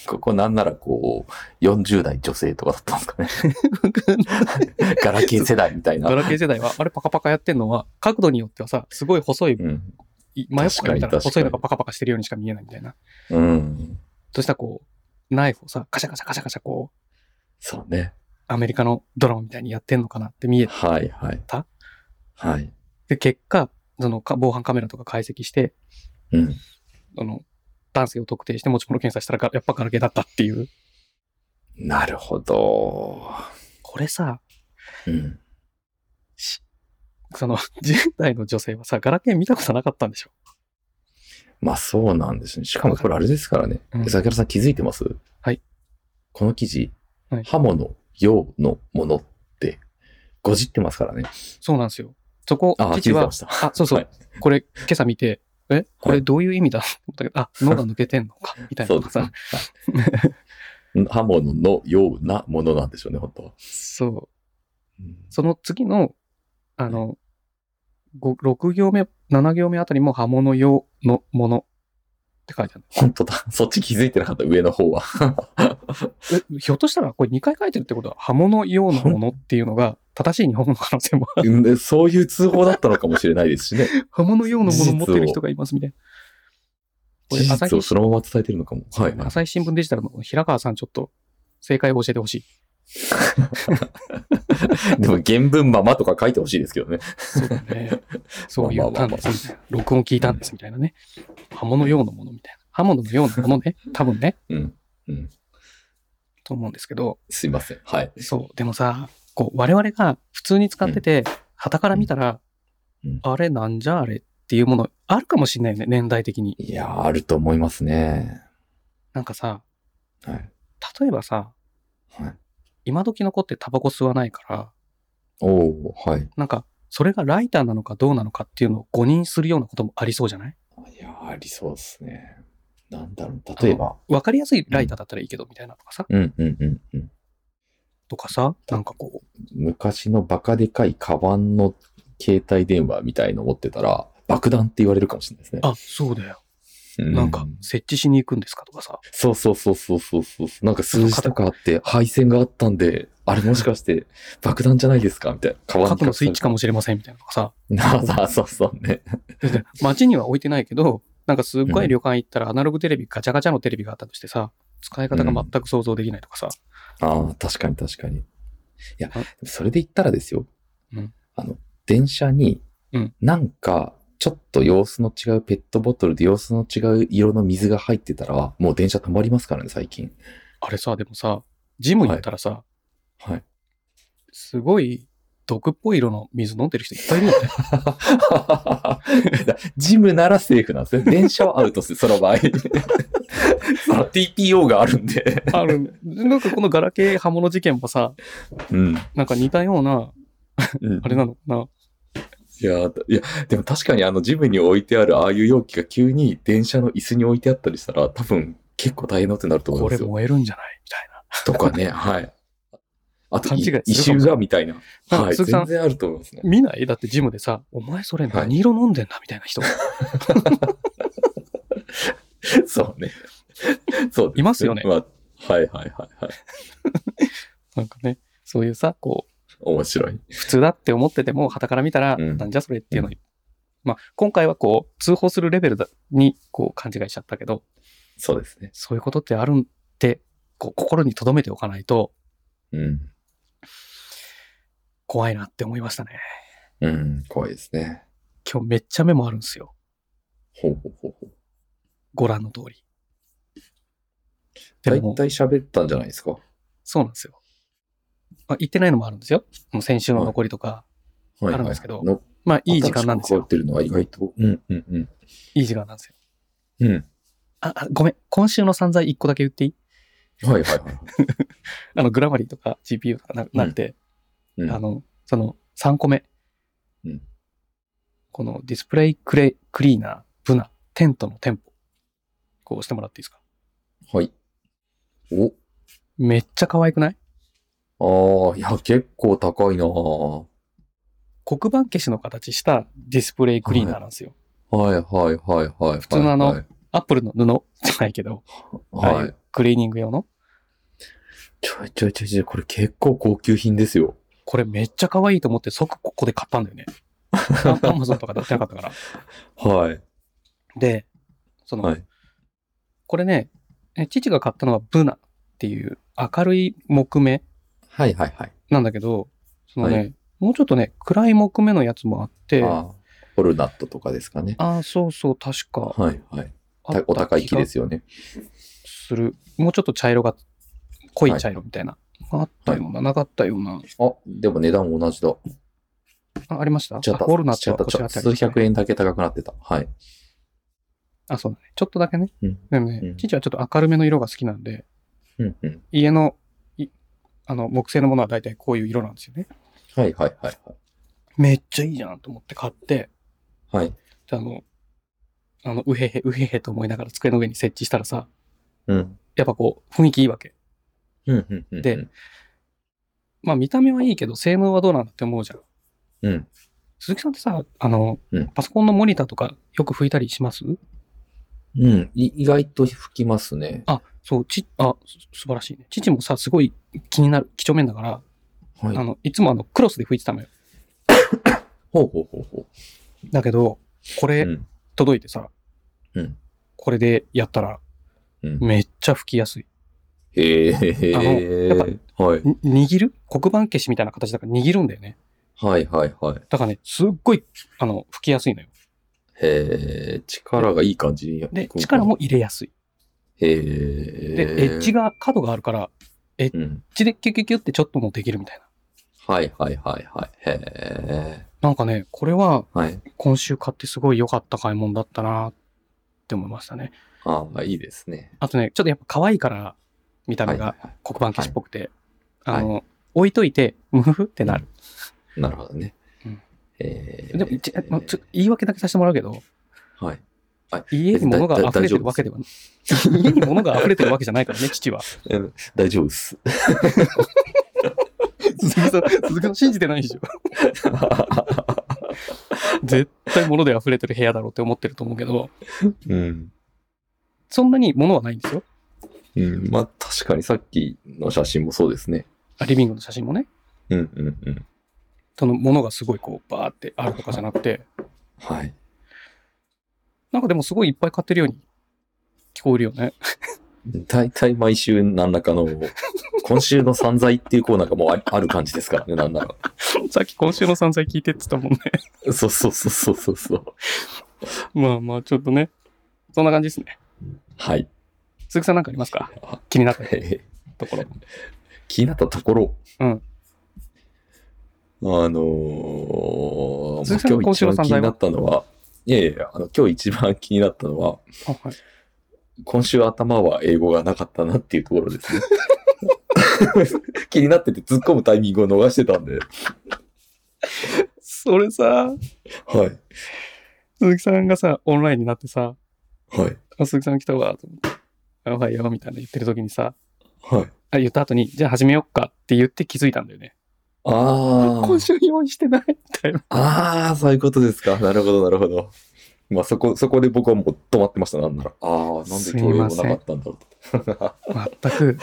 B: ここなんならこう、40代女性とかだったん ですかね。 ガラケー世代みたい
A: ガ
B: な。
A: ラケー世代 は、あれパカパカやってんのは、角度によってはさ、すごい細い、
B: うん。
A: 真横から見た
B: 確からに
A: 細いのがパカパカしてるようにしか見えないみたいな。
B: うん。
A: そしたらこう、ナイフをさ、カシャカシャカシャカシャこう、
B: そうね。
A: アメリカのドラマみたいにやってんのかなって見え
B: はいはい。
A: た
B: はい。
A: て、結果、そのか防犯カメラとか解析して、
B: うん。
A: あの、男性を特定して持ち物検査したらが、やっぱガラケーだったっていう。
B: なるほど。
A: これさ、
B: うん。
A: その、10代 の女性はさ、ガラケー見たことなかったんでしょ
B: まあそうなんですね。しかもこれあれですからね。
A: うん
B: え桜さん気づいてます
A: はい。
B: この記事、
A: はい
B: 刃物、用のものって、ごじってますからね。
A: そうなんですよ。そこ、
B: あ、気
A: 父
B: づいて
A: は
B: ま、した。
A: あ、そうそう、
B: はい
A: これ、今朝見て、え、これどういう意味だと思ったけど、あ、脳が抜けてんの か、みたいな
B: そ
A: の
B: う
A: が
B: ですね
A: さ。。
B: はい刃物のようなものなんでしょうね、本当は。
A: そう。その次の、あの、ご6行目、7行目あたりも刃物用のものって書いてある。
B: 本当だ。そっち気づいてなかった、上の 方は。
A: えひょっとしたらこれ2回書いてるってことは刃物用のものっていうの が正しい日本語の可能性もある。
B: うんでそういう通報だったのかもしれないですしね。
A: 刃物用のものを持ってる人がいますみたいな。こ
B: 事
A: れ朝
B: 実
A: 日
B: をそのまま伝えてるのかも。はい、はい。
A: 朝日新聞デジタルの平川さんちょっと正解を教えてほしい。
B: でも原文ままとか書いてほしいですけどね。
A: そうだね。 そう言ったんですみたいな。録音聞いたんですみたいなね。刃物用のものみたいな。刃物のようなものね。多分ね。
B: うん。うん。
A: と思うんですけど。
B: すいません。はい。
A: そう。でもさ、こう、我々が普通に使ってて、旗から見たら、
B: うん
A: あれなんじゃあれっていうものあるかもしれないよね。年代的に。
B: いやー、あると思いますね。
A: なんかさ、
B: はい。
A: 例えばさ、
B: はい。
A: 今時の子ってタバコ吸わないから、
B: おー、はい。
A: なんか、それがライターなのかどうなのかっていうのを誤認するようなこともありそうじゃない
B: いやー、ありそうですね。なんだろう。例えば。
A: わかりやすいライターだったらいいけど、みたいなとかさ、
B: うんうんうんうん。
A: とかさ、なんかこう、
B: 昔のバカでかいカバンの携帯電話みたいの持ってたら、爆弾って言われるかもしれないですね。
A: あ、そうだよ。
B: う
A: なんか、設置しに行くんですかとかさ、
B: そうそうそうそうそうそう。なんか数字とかあって、配線があったんで、あれもしかして爆弾じゃないですかみたいな。カバンに
A: 核のスイッチか
B: も。
A: もしれませんみたいなとかさ、
B: そうそうそうね。
A: 街には置いてないけど、なんかすっごい旅館行ったらアナログテレビ、ガチャガチャのテレビがあったとしてさ、使い方が全く想像できないとかさ、
B: ああ、確かに確かに。いや
A: あ、
B: それで言ったらですよ。
A: うん
B: あの、電車に
A: うん、
B: なんか、ちょっと様子の違うペットボトルで様子の違う色の水が入ってたら、もう電車止まりますからね、最近。
A: あれさ、でもさ、ジム行ったらさ、
B: はい。
A: すごい毒っぽい色の水飲んでる人いっぱいいるよね。
B: ジムならセーフなんですね。電車はアウトですね、その場 合。その TPO があるんで。
A: ある。なんかこのガラケー刃物事件もさ、
B: うん。
A: なんか似たような、
B: うん
A: あれなのかな。
B: いや、いや、でも確かにあのジムに置いてあるああいう容器が急に電車の椅子に置いてあったりしたら、多分結構大変なことになると思
A: こ
B: うんで
A: れ
B: すよ。
A: 燃えるんじゃないみたいな。
B: とかね、はい。あと、
A: 勘違
B: い
A: いするかも
B: 異臭がみたいな。
A: あ
B: はい、
A: 鈴木さ
B: 全
A: ん
B: 然あると思いますね。
A: 見ないだってジムでさ、お前それ何色飲んでんだみたいな人、
B: そうね。 そうです
A: いますよね
B: まあはいはいはいはい。
A: なんかね、そういうさ、こう、
B: 面白い。
A: 普通だって思ってても、傍から見たら、
B: うん
A: なんじゃそれっていうのに。まあ、今回はこう、通報するレベルだに、こう、勘違いしちゃったけど、
B: そうですね。
A: そういうことってあるんって、こう、心に留めておかないと、
B: うん。
A: 怖いなって思いましたね。
B: うん、怖いですね。
A: 今日めっちゃメモあるんですよ。
B: ほうほうほうほう。
A: ご覧の通り。で
B: 大
A: も、
B: 体喋ったんじゃないですか。
A: そうなんですよ。あ、行ってないのもあるんですよ。もう先週の残りとか。
B: はい
A: あるんですけど
B: はいの
A: まあ、いい時間なんです
B: 新しく関わ
A: よ
B: っ。てるのは意外と。うん、うん、うん。
A: いい時間なんですよ。
B: うん。
A: あ、あごめん。今週の散々一個だけ言っていい
B: はいはいはい。
A: あの、グラマリーとか GPU とかななくて、
B: うん
A: あの、その3個目。
B: うん
A: このディスプレイクレクリーナー、ブナ、テントのテンポ。こう押してもらっていいですか
B: はい。お、
A: めっちゃ可愛くない
B: ああ、いや、結構高いなぁ
A: 黒板消しの形したディスプレイクリーナーなんですよ。
B: はいはいはいはい。
A: 普通のあの
B: はい
A: アップルの布じゃないけど、あ
B: はい、
A: あ
B: はい
A: いうクリーニング用の。
B: ちょいちょいちょいちょい、これ結構高級品ですよ。
A: これめっちゃ可愛いと思って即ここで買ったんだよ ね。アアマゾンとかで売ってなかったから。
B: はい。
A: で、その、
B: はい
A: これね、え父が買ったのはブナっていう明るい木目
B: はいはいはい。
A: なんだけど、そのね、
B: は
A: もうちょっとね、暗い木目のやつもあって、
B: あ
A: あ
B: あホルナットとかですかね。
A: あー、そうそう、確か、
B: はいはい。
A: あ。
B: たお高い木ですすよね。
A: する。もうちょっと茶色が、濃い茶色みたいなあったような、なかったような。
B: あ、でも値段同じだ。
A: あ、ありました
B: ちゃっ
A: あ
B: た。
A: ウォルナッ
B: ち
A: ト
B: ゃっ
A: は
B: た、
A: こ
B: ち
A: ち
B: ゃ
A: らあ
B: っ
A: た
B: た。
A: りで
B: 数
A: すね
B: 百円だけ高くなってた。はい。
A: あ、そうだね。ちょっとだけね。
B: うん
A: でもね
B: うん、
A: 父はちょっと明るめの色が好きなんで、
B: うんうん。
A: 家の、いあの、木製のものは大体こういう色なんですよね。
B: はいはいはい
A: めっちゃいいじゃんと思って買って、
B: はい。はい。
A: あの、あの、うへへ、うへへと思いながら机の上に設置したらさ、
B: うん。
A: やっぱこう、雰囲気いいわけ。
B: うんうんうんうん。
A: で、まあ見た目はいいけど、性能はどうなんだって思うじゃん。
B: うん。
A: 鈴木さんってさ、あの、
B: うん
A: パソコンのモニターとかよく拭いたりします
B: うん。い意外と吹きますね。
A: あ、そう、ち、あ、す素晴らしいね。父もさ、すごい気になる、几帳面だから、
B: はい。
A: あ
B: ほう
A: の、いつもあの、クロスで拭いてたのよ。
B: ほうほうほ
A: だけど、こ
B: う。
A: れ
B: うん。
A: 届いてさ、
B: うん
A: これでやったら、
B: うん。
A: めっちゃ拭きやすい。
B: へ
A: あ
B: え。
A: の
B: はい。
A: に握る黒板消しみたいな形だから握るんだよね。
B: はいはいはい。
A: だからね、すっごい、あの、拭きやすいのよ。
B: へえ。力がいい感じに。
A: で、力。も入れやすい。
B: へえ。
A: で、エッジ
B: が。
A: が、角があるから、
B: うん。
A: エッジでキュキュキュってちょっともできるみたいな。
B: はいはいはいはい。へえ。
A: なんかね、これは
B: はい。
A: 今週買ってすごい良かった買い物だったなって思いましたね。
B: ああ、いいですね。
A: あとね、ちょっとやっぱ可愛いから、見た
B: は
A: 目
B: いは
A: が
B: いは
A: 黒板消しっぽくて、
B: はい
A: あの、置いといて、ムフフってなる。
B: い。なるほどね
A: うん。
B: え
A: でも、いちまあちょ言い訳だけさせてもらうけど、
B: はい。
A: 家に物が
B: だだ
A: 溢れてるわけではない。家に物が溢れてるわけじゃない からね、父は。
B: え大丈夫っす。
A: 鈴木さん、鈴木さん信じてない でしょ。絶対物で溢れてる部屋だろうって思ってると思うけど、
B: うん。
A: そんなに物はないんですよ。
B: うん。まあ、確かにさっきの写真もそうですね。
A: あリビングの写真もね。
B: うんうんうん。
A: その物がすごいこうバーってあるとかじゃなくて、
B: はい。
A: なんかでもすごいいっぱい買ってるように聞こえるよね。
B: 大体毎週何らかの、今週の散財っていうコーナーがもうあある感じですからね、なんなら。
A: さっき今週の散財聞いてって言ったもんね。
B: そうそうそうそうそうそう。
A: まあまあちょっとね。そんな感じですね。
B: はい。
A: 鈴木さんなんかありますか気になった
B: へへ
A: ところ。
B: 気になったところ。
A: うん
B: あのー
A: 鈴木さんの
B: 今
A: 今
B: 日
A: 週の
B: 一番
A: 散
B: 気に
A: 財
B: な
A: は
B: ったのは、いやいやいや、あの、今日一番気になったのは、
A: あ はい
B: 今週頭は英語がなかったなっていうところですね。 気になってて突っ込むタイミングを逃してたんで。
A: それさ、
B: はい。
A: 鈴木さんがさ、オンラインになってさ、
B: はい。
A: あ鈴木さん来たわ、と思って。あおはよう、みたいな言ってる時にさ、
B: はい。
A: あ言った後に、じゃあ始めよっかって言って気づいたんだよね。
B: ああ。
A: 今週用意してないみたいな。
B: ああ、そういうことですか。なるほど、なるほど。まあ、そこ、そこで僕はもう止まってました、なんなら。ああ、なんで今日英語なかったんだろうと。
A: 全く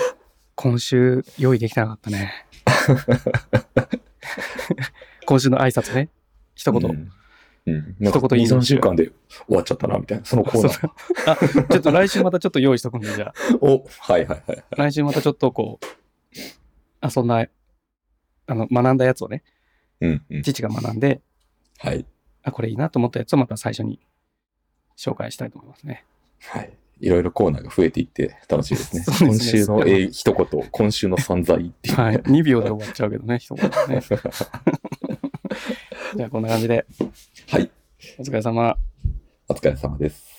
A: 今週用意できてなかったね。 今週の挨拶ね。一言。
B: うん。うん。
A: 一言言い
B: 2、
A: ま
B: 3
A: しょう
B: 週間で終わっちゃったな、みたいな。そのコーナー。
A: あ、ちょっと来週またちょっと用意しとくんで、じゃ
B: お、はいはいはい。
A: あ。来週またちょっとこう、あ、そんな、あの、学んだやつをね、
B: うん、うん。
A: 父が学んで、
B: はい。
A: あ、これいいなと思ったやつをまた最初に紹介したいと思いますね。
B: はい。いろいろコーナーが増えていって楽しいですね。
A: そうで
B: 今
A: すね
B: 週の英一言、今週の散財っていう。
A: はい。2秒で終わっちゃうけどね、一言ね。じゃあ、こんな感じで、
B: はい。
A: お疲れ様。
B: お疲れ様です。